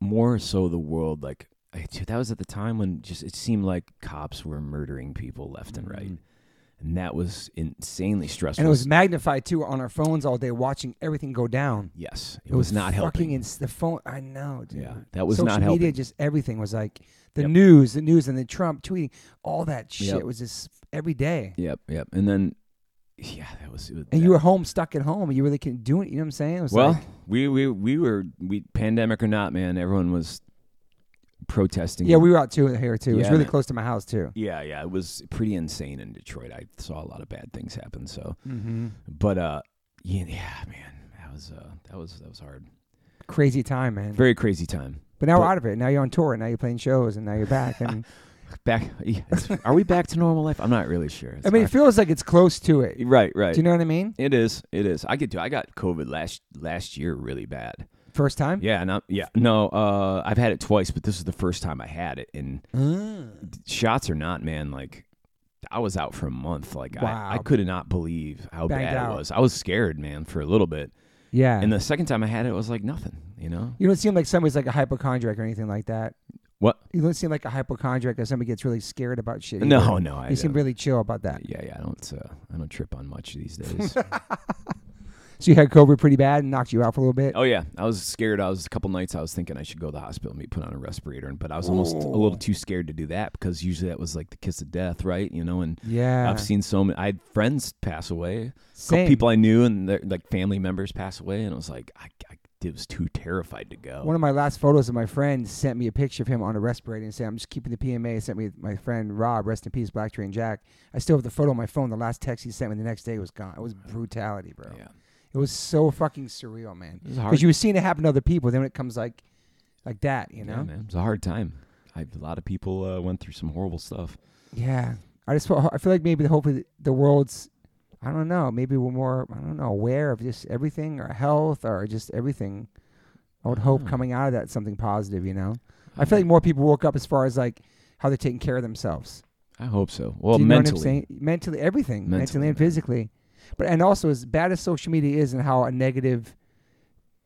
S2: more so the world like I- dude, that was at the time when just it seemed like cops were murdering people left and right.
S1: Mhm.
S2: And and that was insanely stressful.
S1: And it was magnified too on our phones all day, watching everything go down.
S2: yes, it, was, not
S1: fucking
S2: helping.
S1: Ins- the phone, I know, dude.
S2: yeah, that was
S1: Social
S2: not
S1: media,
S2: helping.
S1: just everything was like the
S2: Yep.
S1: news, the news, and then Trump tweeting, all that shit
S2: Yep.
S1: was just every day.
S2: Yep, yep. And then, yeah, that was. It was
S1: And
S2: that-
S1: you were home, stuck at home, and you really couldn't do it. You know what I'm saying? It was
S2: well,
S1: like,
S2: we we we were we pandemic or not, man. Everyone was protesting.
S1: yeah, we were out too here too. it was
S2: Yeah,
S1: really
S2: man.
S1: close to my house too.
S2: Yeah, yeah. It was pretty insane in Detroit. I saw a lot of bad things happen. So,
S1: Mm-hmm.
S2: but uh, yeah, yeah man, that was uh, that was that was hard.
S1: Crazy time, man.
S2: Very crazy time.
S1: But now we're
S2: But-
S1: out of it. Now you're on tour. Now you're playing shows, and now you're back. And
S2: Back. yeah, it's- are we back to normal life? I'm not really sure. It's
S1: I mean, it
S2: hard.
S1: feels like it's close to it.
S2: right, right.
S1: Do you know what I mean?
S2: it is. It is. I get to. I got COVID last last year really bad.
S1: First time.
S2: Yeah, and I'm, yeah, no, uh, I've had it twice, but this is the first time I had it. And shots or not, man, like I was out for a month. Like
S1: Wow.
S2: I, I could not believe how
S1: Banged
S2: bad
S1: out.
S2: it was. I was scared, man, for a little bit.
S1: Yeah.
S2: And the second time I had it, it was like nothing, you know.
S1: you don't seem like somebody's like a hypochondriac or anything like that.
S2: What?
S1: You don't seem like a hypochondriac or somebody gets really scared about shit. either.
S2: No, no, I
S1: You seem
S2: don't.
S1: really chill about that.
S2: yeah, yeah. I don't, uh, I don't trip on much these days.
S1: So you had COVID pretty bad and knocked you out for a little bit.
S2: oh yeah, I was scared. I was a couple nights. I was thinking I should go to the hospital and be put on a respirator, but I was almost a little too scared to do that because usually that was like the kiss of death, right? You know, and
S1: Yeah.
S2: I've seen so many. I had friends pass away.
S1: Same.
S2: couple people I knew and their, like family members pass away, and I was like, I, I it was too terrified to go.
S1: One of my last photos of my friend sent me a picture of him on a respirator and said, I'm just keeping the PMA. Sent me my friend Rob, rest in peace, Black Train Jack. I still have the photo on my phone. The last text he sent me the next day was gone. It was brutality, bro.
S2: yeah,
S1: It was so fucking surreal, man.
S2: it was a hard.
S1: Because you were seeing it happen to other people. Then when it comes like like that, you
S2: yeah,
S1: know?
S2: man, it was a hard time. I, a lot of people uh, went through some horrible stuff.
S1: Yeah, I just feel, I feel like maybe hopefully the world's I don't know maybe we're more I don't know aware of just everything or health or just everything. I would hope
S2: Yeah.
S1: coming out of that something positive. You know, I
S2: Hmm.
S1: feel like more people woke up as far as like how they're taking care of themselves.
S2: I hope so. Well,
S1: Do you know what I'm
S2: mentally,
S1: saying? Mentally, everything, mentally,
S2: Mentally,
S1: and
S2: man.
S1: physically. But and also as bad as social media is and how a negative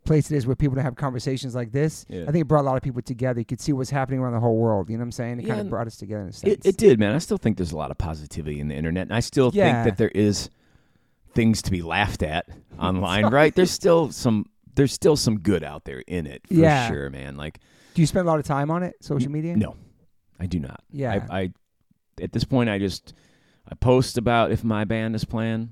S1: place it is where people don't have conversations like this.
S2: Yeah.
S1: I think it brought a lot of people together. You could see what's happening around the whole world. You know what I'm saying? It
S2: Yeah,
S1: kind of
S2: and
S1: brought us together in a sense.
S2: it, it did, man. I still think there's a lot of positivity in the internet, and I still
S1: Yeah.
S2: think that there is things to be laughed at online. right? There's still some. There's still some good out there in it for
S1: Yeah.
S2: sure, man. Like,
S1: Do you spend a lot of time on it, social media?
S2: no, I do not.
S1: Yeah.
S2: I, I at this point I just I post about if my band is playing.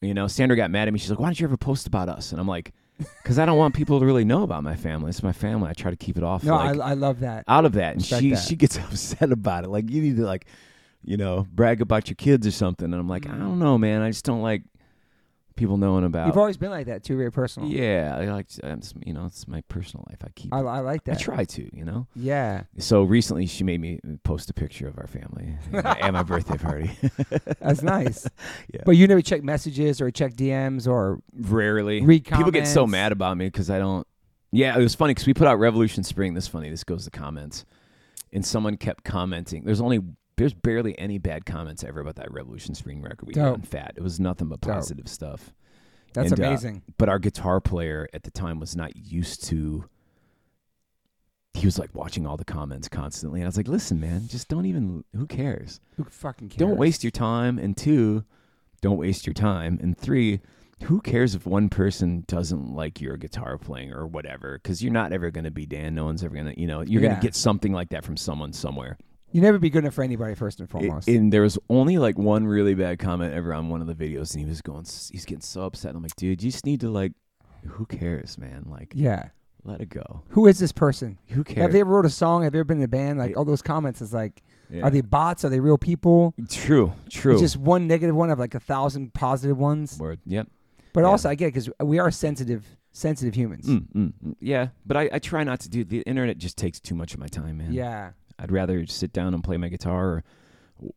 S2: You know, Sandra got mad at me. She's like, "Why don't you ever post about us?" And I'm like, "Cause I don't want people to really know about my family. It's my family. I try to keep it off
S1: no,
S2: like,
S1: I, I love that.
S2: out of that." And
S1: Respect
S2: she
S1: that.
S2: she gets upset about it. Like you need to like, you know, brag about your kids or something. And I'm like, I don't know, man. I just don't like people knowing
S1: You've
S2: about.
S1: always been like that too, very personal.
S2: yeah, I like it's, you know, it's my personal life. I keep.
S1: I,
S2: I,
S1: I like
S2: I
S1: that.
S2: try to, you know.
S1: Yeah,
S2: So recently, she made me post a picture of our family at my birthday party.
S1: that's nice.
S2: Yeah.
S1: But you never check messages or check DMs or
S2: Rarely,
S1: Read
S2: people get so
S1: comments.
S2: mad about me because I don't. Yeah, it was funny because we put out Revolution Spring. This is funny. This goes to comments, and someone kept commenting. There's only there's barely any bad comments ever about that Revolution Spring record we did
S1: Dope.
S2: on Fat. It was nothing but
S1: Dope.
S2: positive stuff.
S1: that's
S2: And, uh,
S1: amazing.
S2: but our guitar player at the time was not used to he was like watching all the comments constantly and i was like listen man just don't even who cares
S1: Who fucking cares?
S2: don't waste your time and two don't waste your time and three who cares if one person doesn't like your guitar playing or whatever because you're not ever going to be dan no one's ever going to you know you're going
S1: Yeah.
S2: to get something like that from someone somewhere
S1: You never be good enough for anybody first and
S2: it-
S1: foremost.
S2: and there was only like one really bad comment ever on one of the videos, and he was going, s- he's getting so upset. And I'm like, dude, you just need to like, who cares, man? Like,
S1: yeah.
S2: let it go.
S1: Who is this person?
S2: Who
S1: Have
S2: cares?
S1: they ever wrote a song? Have they ever been in a band? Like
S2: Yeah.
S1: all those comments is like,
S2: Yeah.
S1: are they bots? Are they real people?
S2: true? True.
S1: It's just one negative one of like a thousand positive ones.
S2: Word. Yep.
S1: But
S2: Yeah.
S1: also, I get because we are sensitive, sensitive humans.
S2: Mm, mm, mm. Yeah, but I, I try not to do. The internet just takes too much of my time, man.
S1: Yeah.
S2: I'd rather sit down and play my guitar, or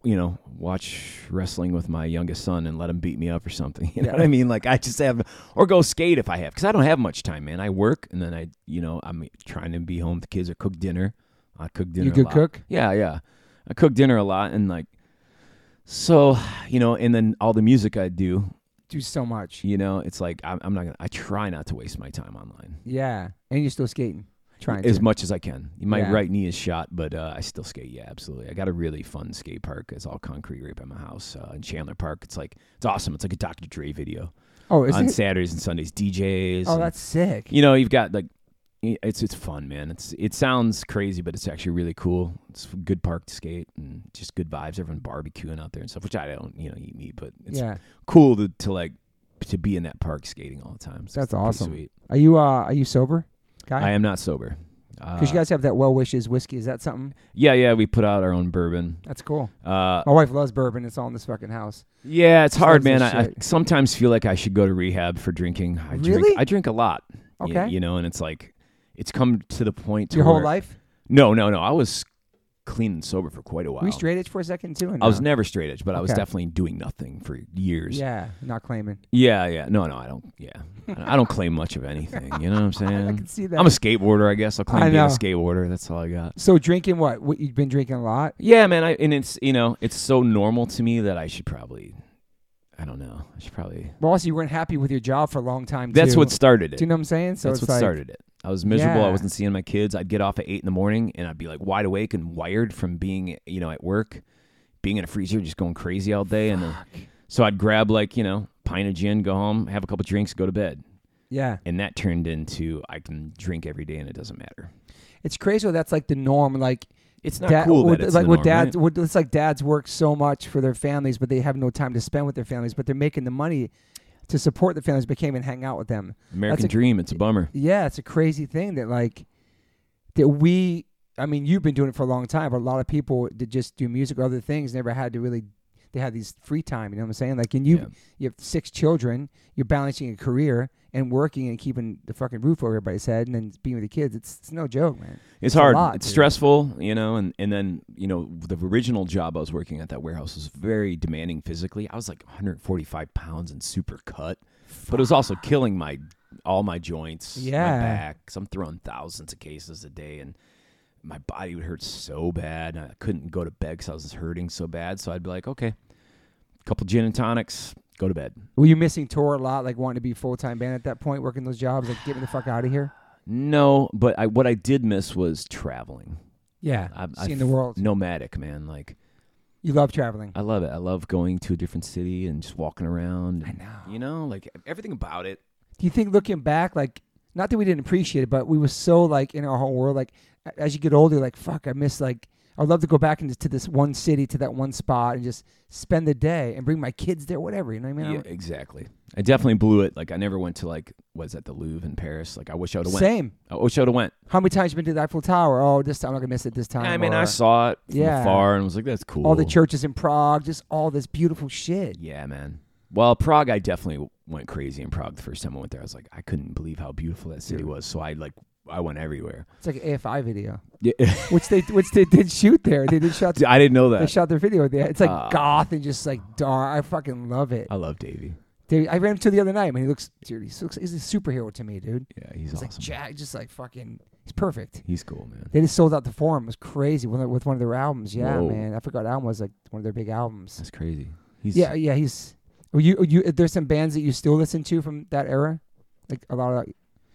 S2: you know, watch wrestling with my youngest son and let him beat me up or something. You know
S1: Yeah.
S2: what I mean? Like I just have, or go skate if I have, because I don't have much time, man. I work and then I, you know, I'm trying to be home with the kids or cook dinner. I cook dinner.
S1: You
S2: a
S1: good
S2: lot.
S1: cook?
S2: Yeah, yeah. I cook dinner a lot and like, so you know, and then all the music I do,
S1: Do so much.
S2: you know, it's like I'm, I'm not gonna. I try not to waste my time online.
S1: Yeah. And you're still skating. Trying
S2: as
S1: to.
S2: much as I can. My
S1: Yeah.
S2: right knee is shot, but uh, I still skate. Yeah, absolutely. I got a really fun skate park. It's all concrete right by my house uh, in Chandler Park. It's like it's awesome. It's like a Dr. Dre video
S1: Oh, is
S2: on
S1: it?
S2: Saturdays and Sundays. DJs.
S1: Oh,
S2: and-
S1: that's sick.
S2: you know you've got like y- it's it's fun, man. It's it sounds crazy, but it's actually really cool. It's a good park to skate and just good vibes. Everyone barbecuing out there and stuff, which I don't you know eat meat, but it's
S1: yeah.
S2: cool to, to like to be in that park skating all the time. So
S1: That's
S2: it's pretty
S1: awesome.
S2: Sweet.
S1: Are you uh are you sober? Guy?
S2: I am not sober. Uh,
S1: Because you guys have that well wishes whiskey. Is that something?
S2: yeah, yeah, we put out our own bourbon.
S1: That's cool.
S2: Uh,
S1: My wife loves bourbon. It's all in this fucking house.
S2: yeah, it's hard,
S1: Sons
S2: man.
S1: of
S2: I, I
S1: shit.
S2: sometimes feel like I should go to rehab for drinking. I
S1: Really?
S2: drink, I drink a lot. y-
S1: Okay.
S2: you, know, and it's like it's come to the point to
S1: Your whole
S2: where-
S1: life?
S2: No, no, no. I was clean and sober for quite a while.
S1: We straight edge for a second too. And
S2: I was
S1: now-
S2: never straight edge, but I was
S1: Okay.
S2: definitely doing nothing for years.
S1: Yeah, not claiming.
S2: yeah, yeah. No, no, I don't. Yeah, I don't- I don't claim much of anything. You know what I'm
S1: I
S2: saying?
S1: can see that.
S2: I'm a skateboarder, I guess. I'll claim
S1: I
S2: being a
S1: know.
S2: skateboarder. That's all I got.
S1: so drinking what? What you've been drinking a lot?
S2: Yeah, man. I and it's you know it's so normal to me that I should probably, I don't know. I should probably.
S1: Well, also you weren't happy with your job for a long time.
S2: That's
S1: too.
S2: what started it.
S1: Do you know what I'm saying? So
S2: That's
S1: it's
S2: what
S1: like,
S2: started it. I was miserable.
S1: Yeah.
S2: I wasn't seeing my kids. I'd get off at eight in the morning and I'd be like wide awake and wired from being you know at work, being in a freezer, just going crazy all day. And then, so I'd grab like you know pint of gin, go home, have a couple drinks, go to bed.
S1: Yeah,
S2: And that turned into I can drink every day and it doesn't matter.
S1: it's crazy. How that's like the norm. Like
S2: It's not cool.
S1: or
S2: That it's
S1: like
S2: the
S1: what
S2: norm, right?
S1: dads. What, it's like dads work so much for their families, but they have no time to spend with their families. But they're making the money to support the families, but can't even hang out with them.
S2: American
S1: a-
S2: dream. It's a bummer.
S1: Yeah, it's a crazy thing that like that we. I mean, you've been doing it for a long time, but a lot of people that just do music or other things never had to really. They had these free time. You know what I'm saying? Like, and you
S2: Yeah.
S1: you have six children. You're balancing a career and working and keeping the fucking roof over everybody's head, and then being with the kids. It's it's no joke, man.
S2: It's
S1: a
S2: hard.
S1: lot,
S2: it's
S1: dude.
S2: stressful, you know, and, and then, you know, the original job I was working at that warehouse was very demanding physically. I was like 145 pounds and super cut, but it was also killing my all my joints,
S1: Yeah.
S2: my back. i I'm throwing thousands of cases a day and my body would hurt so bad. and I couldn't go to bed because I was hurting so bad. So I'd be like, okay, couple gin and tonics, go to bed.
S1: Were you missing tour a lot? Like wanting to be full time band at that point, working those jobs. Like, get me the fuck out of here.
S2: No, but I, what I did miss was traveling.
S1: Yeah,
S2: I, I
S1: seeing the
S2: f-
S1: world.
S2: Nomadic, man. Like,
S1: You love traveling.
S2: I love it. I love going to a different city and just walking around.
S1: I
S2: and,
S1: know.
S2: You know, like e, everything about it.
S1: do you think looking back like not that we didn't appreciate it but we were so like in our whole world like a- as you get older like fuck i miss like i'd love to go back into to this one city to that one spot and just spend the day and bring my kids there whatever you know what i
S2: Yeah,
S1: mean
S2: exactly. I definitely blew it. Like I never went to like was at the Louvre in Paris. Like I wish I would have went.
S1: same
S2: I wish I would have went.
S1: how many times you been to the eiffel tower oh this time i'm not gonna miss it this time
S2: I mean,
S1: or
S2: I saw it from
S1: Yeah.
S2: afar and was like, that's cool.
S1: all the churches in prague just all this beautiful shit
S2: Yeah, man. Well, Prague, I definitely went crazy in Prague the first time I went there. I was like, I couldn't believe how beautiful that city
S1: Dude.
S2: was. So I like, I went everywhere.
S1: it's like an afi video
S2: Yeah.
S1: which they which they did shoot there they did shot
S2: I didn't know
S1: they
S2: that.
S1: shot their video there it's like
S2: Ah.
S1: goth and just like dark i fucking love it
S2: I love Davey.
S1: Dude, I ran into the other night, man. He looks, dude, he looks, he's a superhero to me, dude.
S2: Yeah, he's
S1: He's
S2: awesome.
S1: like Jack, just like fucking, he's perfect.
S2: He's cool, man.
S1: They just sold out the forum. It was crazy with, with one of their albums. Yeah,
S2: Whoa.
S1: man. I forgot what album was like one of their big albums.
S2: That's crazy. He's
S1: Yeah, yeah. He's well, you, you. There's some bands that you still listen to from that era, like a lot of.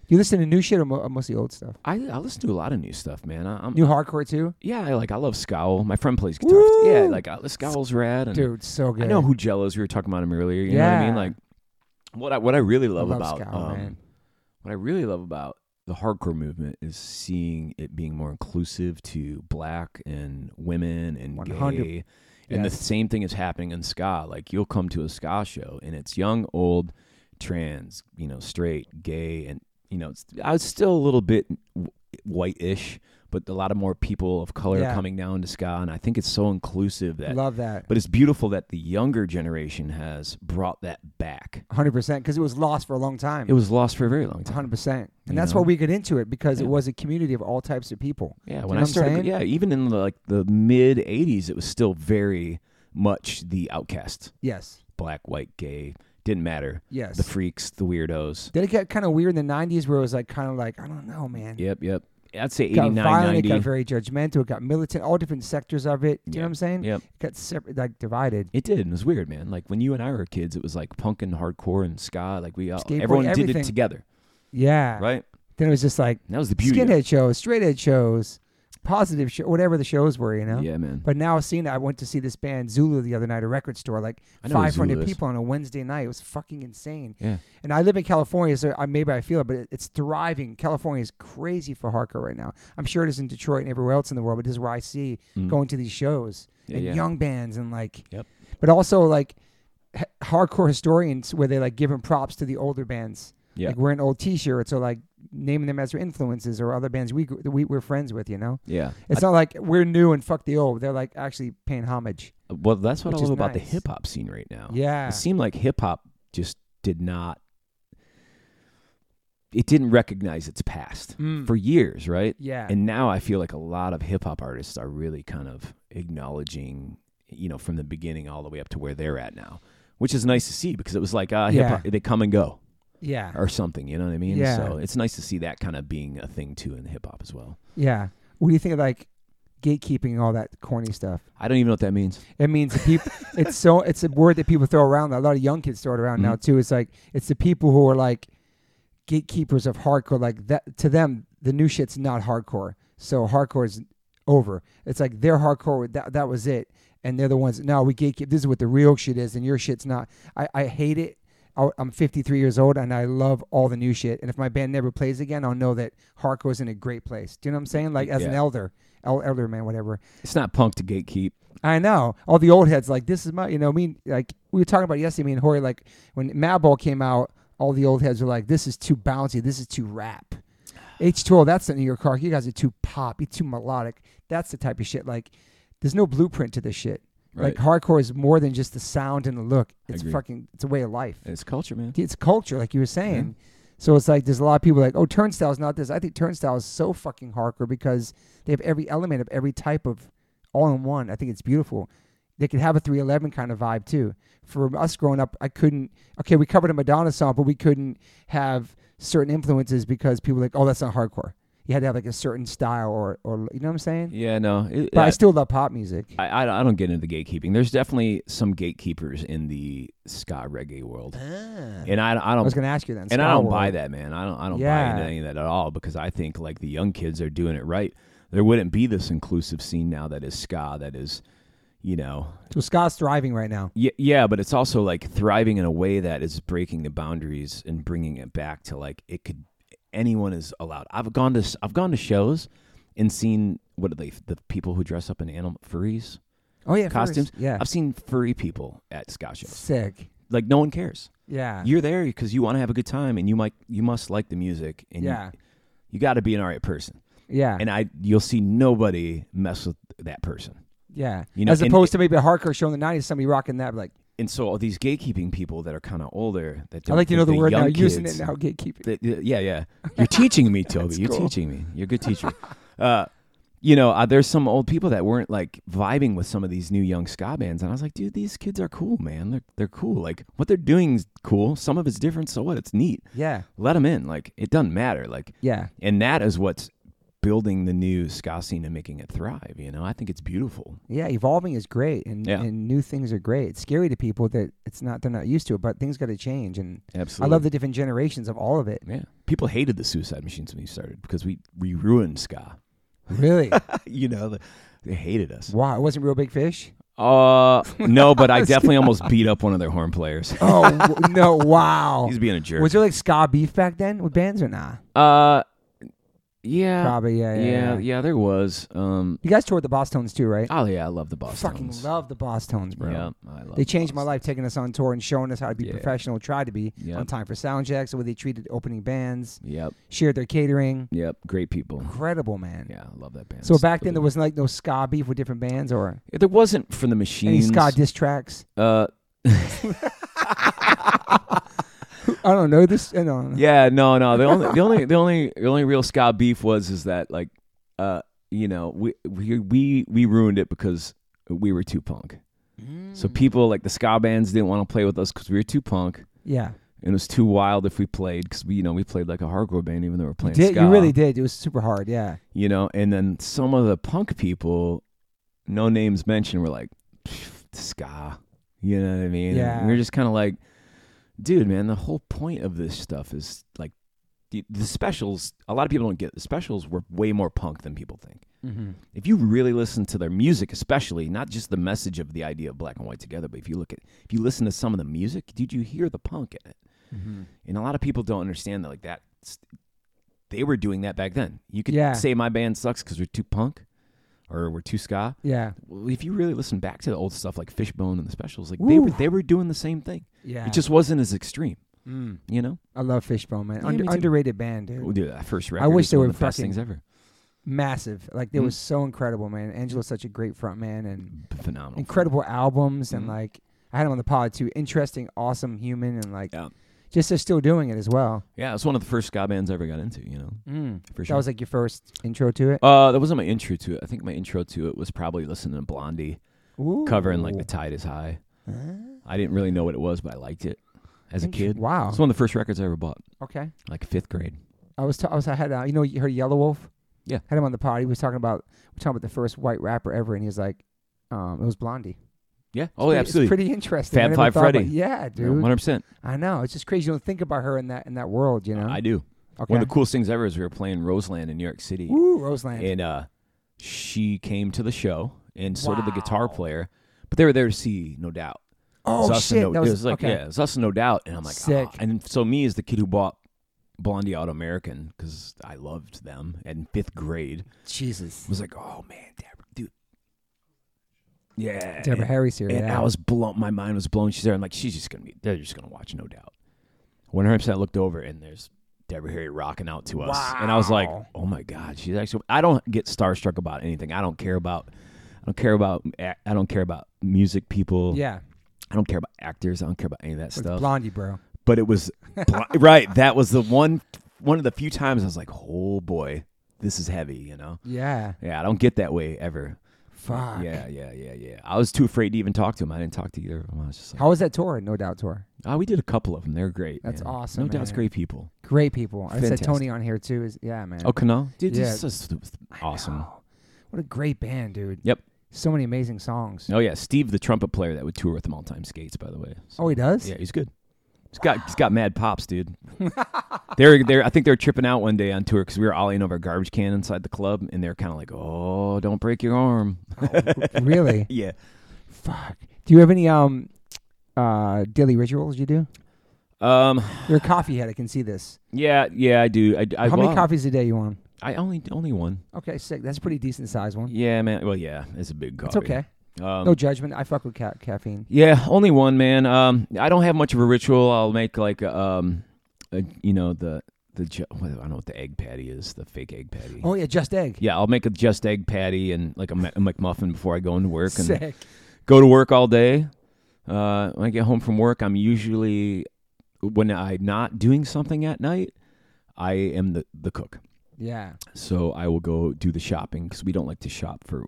S1: You listen to new shit or mo- mostly old stuff?
S2: I, I listen to a lot of new stuff, man. I, I'm
S1: New hardcore too,
S2: Yeah, I like I love Scowl. My friend plays guitar. Yeah,
S1: Woo!
S2: like I, Scowl's rad. And
S1: dude. So good.
S2: I know who Jello's. We were talking about him earlier. You know what I
S1: Yeah.
S2: mean? Like what I what I really
S1: I
S2: love,
S1: love
S2: about
S1: Scowl,
S2: um,
S1: man.
S2: what I really love about the hardcore movement is seeing it being more inclusive to black and women and
S1: 100.
S2: gay. And the
S1: Yes.
S2: same thing is happening in ska. Like you'll come to a ska show and it's young, old, trans, you know, straight, gay, and you know, it's, I was still a little bit w- white-ish, but a lot of more people of color
S1: Yeah.
S2: coming down to ska, and I think it's so inclusive that.
S1: Love that.
S2: But it's beautiful that the younger generation has brought that back.
S1: Hundred percent, because it was lost for a long time.
S2: It was lost for a very long time.
S1: hundred percent, and
S2: You
S1: that's
S2: know?
S1: why we got into it because it
S2: Yeah.
S1: was a community of all types of people.
S2: Yeah,
S1: Do you know
S2: when
S1: what
S2: I
S1: I'm
S2: started,
S1: saying?
S2: yeah, even in the, like the mid '80s, it was still very much the outcast,
S1: Yes.
S2: black, white, gay, didn't matter,
S1: Yes.
S2: the freaks, the weirdos.
S1: Then it got kind of weird in the '90s, where it was like kind of like I don't know, man.
S2: Yep, yep. I'd say
S1: It got
S2: '89,
S1: violent. It got
S2: '90.
S1: very judgmental. It got militant. All different sectors of it. Do you know
S2: Yeah.
S1: what I'm saying?
S2: Yep,
S1: It got separate, like divided.
S2: it did. and It was weird, man. Like when you and I were kids, it was like punk and hardcore and ska. Like we all,
S1: Skateboard,
S2: everyone did
S1: everything.
S2: it together,
S1: Yeah.
S2: right?
S1: Then it was just like
S2: That was the beauty. of it.
S1: skinhead shows, straight head shows, positive show, whatever the shows were, you know.
S2: Yeah, man.
S1: But now seeing that, I went to see this band Zulu the other night, at a record store, like
S2: I know who
S1: five hundred
S2: Zulu is.
S1: people on a Wednesday night. It was fucking insane.
S2: Yeah.
S1: And I live in California, so I, maybe I feel it, but it, it's thriving. California is crazy for hardcore right now. I'm sure it is in Detroit and everywhere else in the world, but this is where I see
S2: Mm.
S1: going to these shows
S2: Yeah,
S1: and
S2: yeah.
S1: young bands and like,
S2: Yep.
S1: but also like h- hardcore historians where they like giving props to the older bands.
S2: Yeah.
S1: Like wearing old T-shirts or like naming them as their influences or other bands we, gr- we we're friends with, you know.
S2: Yeah.
S1: It's not like we're new and fuck the old. They're like actually paying homage.
S2: Well, that's what I
S1: Which is
S2: love about the
S1: nice.
S2: hip hop scene right now.
S1: Yeah.
S2: It seemed like hip hop just did not. It didn't recognize its past
S1: Mm.
S2: for years, right?
S1: yeah.
S2: And now I feel like a lot of hip hop artists are really kind of acknowledging, you know, from the beginning all the way up to where they're at now, which is nice to see because it was like, uh, hip hop, they come and go
S1: yeah.
S2: or something, you know what I mean?
S1: Yeah.
S2: So it's nice to see that kind of being a thing too in hip hop as well.
S1: Yeah. What do you think of like gatekeeping and all that corny stuff?
S2: I don't even know what that means.
S1: It means the people. it's so. It's a word that people throw around. A lot of young kids throw it around now too. It's like it's the people who are like gatekeepers of hardcore. Like that to them, the new shit's not hardcore. So hardcore is over. It's like they're hardcore. That that was it. And they're the ones. No, we gatekeep. This is what the real shit is, and your shit's not. I I hate it. I, I'm 53 years old, and I love all the new shit. And if my band never plays again, I'll know that hardcore is in a great place. Do you know what I'm saying? Like as an
S2: Yeah.
S1: elder, el- elder man, whatever.
S2: It's not punk to gatekeep.
S1: I know. All the old heads like this is my you know, me like we were talking about it yesterday, me and Hori, like when Madball came out, all the old heads were like, This is too bouncy, this is too rap. H two O, that's the New York car. You guys are too pop, you're too melodic. That's the type of shit. Like there's no blueprint to this shit. Like
S2: Right.
S1: hardcore is more than just the sound and the look. It's
S2: agree.
S1: fucking it's a way of life.
S2: It's culture, man.
S1: It's culture, like you were saying. So it's like there's a lot of people like, oh, Turnstile's not this. I think Turnstile is so fucking hardcore because they have every element of every type of all in one. I think it's beautiful. They could have a 311 kind of vibe too. For us growing up, I couldn't. Okay, we covered a Madonna song, but we couldn't have certain influences because people were like, oh, that's not hardcore. You had to have like a certain style or, or you know what I'm saying?
S2: Yeah, no. It,
S1: But I
S2: I-
S1: still love pop music.
S2: I, I, I don't get into gatekeeping. There's definitely some gatekeepers in the ska reggae world, and I, I
S1: I was
S2: don't
S1: going to ask you that.
S2: and I don't buy
S1: that.
S2: that, man. I don't I don't
S1: Yeah.
S2: buy into any of that at all because I think like the young kids are doing it right. There wouldn't be this inclusive scene now that is ska that is, you know,
S1: So Scott's thriving right now.
S2: yeah, yeah, but it's also like thriving in a way that is breaking the boundaries and bringing it back to like it could anyone is allowed. I've gone to s- I've gone to shows and seen what are they the people who dress up in animal furries
S1: Oh, yeah. first.
S2: costumes.
S1: Yeah.
S2: I've seen furry people at ska shows.
S1: Sick.
S2: Like no one cares.
S1: Yeah.
S2: You're there because you want to have a good time and you might you must like the music and you-
S1: yeah. Uh.
S2: you got to be an alright person.
S1: Yeah.
S2: And I, you'll see nobody mess with that person.
S1: yeah.
S2: you know,
S1: As
S2: and-
S1: opposed to maybe a hardcore show in the 90s, somebody rocking that. Like,
S2: And so all these gatekeeping people that are kind of older that
S1: I
S2: don't
S1: like to
S2: think
S1: know the word
S2: young
S1: now,
S2: kids,
S1: using it now, gatekeeping.
S2: that- yeah, yeah. You're teaching me, Toby. You're
S1: cool.
S2: teaching me. You're a good teacher. uh, you know, uh, there's some old people that weren't like vibing with some of these new young ska bands, and I was like, dude, these kids are cool, man. They're they're cool. Like what they're doing is cool. Some of it's different. So what? It's neat.
S1: Yeah.
S2: Let them in. Like it doesn't matter. Like
S1: Yeah.
S2: and that is what's building the new ska scene and making it thrive. You know, I think it's beautiful.
S1: Yeah. Evolving is great and,
S2: Yeah.
S1: and new things are great. It's scary to people that it's not, they're not used to it, but things got to change. And I
S2: Absolutely.
S1: love the different generations of all of it.
S2: Yeah. People hated the Suicide Machines when we started because we, we ruined ska.
S1: Really?
S2: you know, the, they hated us.
S1: wow. It wasn't Real Big Fish?
S2: Uh, no, but I definitely almost beat up one of their horn players.
S1: Oh, w- no. Wow.
S2: He's being a jerk.
S1: Was there like ska beef back then with bands or nah?
S2: uh, yeah,
S1: Probably. Yeah. Yeah.
S2: yeah, Uh, yeah,
S1: yeah.
S2: there was. Um,
S1: You guys toured the Boss Tones too, right?
S2: oh yeah, I love the Boston.
S1: Fucking love the Boss Tones, bro.
S2: Yeah, I love.
S1: They
S2: the
S1: changed my
S2: Boston.
S1: life taking us on tour and showing us how to be
S2: Yeah.
S1: professional, try to be
S2: Yep.
S1: on time for sound checks, the way they treated opening bands,
S2: Yep,
S1: shared their catering.
S2: yep, great people.
S1: Incredible, man.
S2: Yeah, I love that band.
S1: So back then
S2: Still
S1: there was like no ska beef with different bands or
S2: do. there wasn't from the
S1: any
S2: machines.
S1: ska diss tracks.
S2: uh,
S1: I don't know this. I don't know.
S2: Yeah, no, no. The only, the only, the only, the only real ska beef was is that like, uh, you know, we we we we ruined it because we were too punk. So
S1: Mm.
S2: people like the ska bands didn't want to play with us because we were too punk,
S1: Yeah,
S2: and it was too wild if we played because we, you know, we played like a hardcore band even though we were
S1: you
S2: playing
S1: did.
S2: ska.
S1: You really did. It was super hard. Yeah,
S2: you know. And then some of the punk people, no names mentioned, were like, "Pff, ska. You know what I mean? And
S1: Yeah.
S2: we were just kind of like, dude, man, the whole point of this stuff is like the, the specials. A lot of people don't get it. the specials were way more punk than people think.
S1: Mhm.
S2: If you really listen to their music, especially not just the message of the idea of black and white together, but if you look at if you listen to some of the music, did you hear the punk in it? And a lot of people don't understand that like that. They were doing that back then. You could
S1: Yeah.
S2: say my band sucks because we're too punk, or we're too ska.
S1: Yeah.
S2: Well, if you really listen back to the old stuff like Fishbone and the Specials, like they were
S1: Ooh.
S2: they were doing the same thing.
S1: Yeah.
S2: It just wasn't as extreme,
S1: Mm.
S2: you know.
S1: I love Fishbone, man.
S2: Yeah,
S1: Under,
S2: me too.
S1: underrated band, dude.
S2: Oh, dude, that first record.
S1: wish
S2: is
S1: they
S2: one
S1: were
S2: of the best
S1: fucking-
S2: things ever.
S1: Massive. Like they
S2: Mhm.
S1: was so incredible, man. Angela's such a great front man and
S2: P- Phenomenal.
S1: incredible albums and
S2: Mhm.
S1: like I had him on the pod too. Interesting, awesome human and like
S2: Yeah.
S1: just they're still doing it as well.
S2: Yeah, it's one of the first ska bands I ever got into. You know,
S1: Mm.
S2: for
S1: That
S2: sure.
S1: was like your first intro to it.
S2: uh, that wasn't my intro to it. I think my intro to it was probably listening to Blondie
S1: Ooh.
S2: covering like "The Tide Is High."
S1: Huh?
S2: I didn't really know what it was, but I liked it as a
S1: Int-
S2: kid.
S1: Wow.
S2: It's one of the first records I ever bought,
S1: Okay.
S2: like fifth grade.
S1: I was, t- I was, I had, uh, you know, you heard Yellow Wolf.
S2: Yeah.
S1: had him on the pod. He was talking about, we we're talking about the first white rapper ever, and he was like, um, it was Blondie.
S2: Yeah.
S1: It's
S2: Oh,
S1: pretty,
S2: absolutely.
S1: It's pretty interesting. I
S2: Fab
S1: never
S2: Five
S1: thought about-
S2: Freddy.
S1: Yeah, dude.
S2: One hundred percent.
S1: I know. It's just crazy. You don't think about her in that in that world, you know.
S2: I do.
S1: okay.
S2: One of the coolest things ever is we were playing Roseland in New York City,
S1: Woo, Roseland.
S2: and uh, she came to the show, and so did the guitar
S1: Wow.
S2: player. But they were there to see No Doubt. It
S1: oh
S2: was us and
S1: shit,
S2: No-
S1: that
S2: it was like
S1: okay.
S2: yeah, it was us and No Doubt, and I'm like,
S1: Sick.
S2: "Ah." and so me as the kid who bought Blondie Auto American because I loved them in fifth grade
S1: Jesus.
S2: was like, oh man, Deborah, dude, yeah,
S1: Deborah
S2: and,
S1: Harry's here.
S2: and
S1: yeah.
S2: I was blown. My mind was blown. She's there. I'm like, she's just gonna be. They're just gonna watch No Doubt. When her upset looked over, and there's Deborah Harry rocking out to us, and I was like,
S1: Wow.
S2: oh my god, she's actually. I don't get starstruck about anything. I don't care about. I don't care about. I don't care about music people.
S1: yeah,
S2: I don't care about actors. I don't care about any of that
S1: with
S2: stuff.
S1: Blondie, bro.
S2: But it was bl- right. That was the one. One of the few times I was like, "Oh boy, this is heavy," you know.
S1: Yeah.
S2: Yeah, I don't get that way ever.
S1: Fuck.
S2: Yeah, yeah, yeah, yeah. I was too afraid to even talk to him. I didn't talk to either of them. I was just like,
S1: How was that tour? No doubt tour.
S2: "Ah, we did a couple of them. They're great.
S1: That's
S2: man.
S1: awesome,
S2: No doubt's
S1: man.
S2: great people.
S1: Great people. I said
S2: Fantastic.
S1: Tony on here too. Is yeah, man.
S2: Oh, Canal, dude,
S1: Yeah.
S2: this is just awesome.
S1: Wow. What a great band, dude.
S2: Yep.
S1: So many amazing songs.
S2: Oh yeah, Steve, the trumpet player that would tour with them all time skates. By the way, So,
S1: Oh, he does.
S2: yeah, he's good. He's got he's got mad pops, dude. they're they are I think they're tripping out one day on tour because we were ollieing over a garbage can inside the club, and they're kind of like, "Oh, don't break your arm."
S1: really?
S2: Yeah.
S1: Fuck. Do you have any um uh daily rituals you do?
S2: Um.
S1: You're a coffee head. I can see this.
S2: Yeah. Yeah. I do. I. I
S1: How many
S2: well,
S1: coffees a day you on?
S2: I only only one.
S1: Okay, sick. That's a pretty decent sized one.
S2: Yeah, man. Well, yeah, it's a big coffee.
S1: It's okay.
S2: Um,
S1: No judgment. I fuck with ca- caffeine.
S2: Yeah, only one man. Um, I don't have much of a ritual. I'll make like um, a, you know the the ju- what- I don't know what the egg patty is, the fake egg patty.
S1: Oh yeah, just egg.
S2: Yeah, I'll make a just egg patty and like a, Ma- a McMuffin before I go into work and
S1: Sick.
S2: go to work all day. Uh, when I get home from work, I'm usually when I'm not doing something at night, I am the the cook.
S1: Yeah.
S2: So I will go do the shopping because we don't like to shop for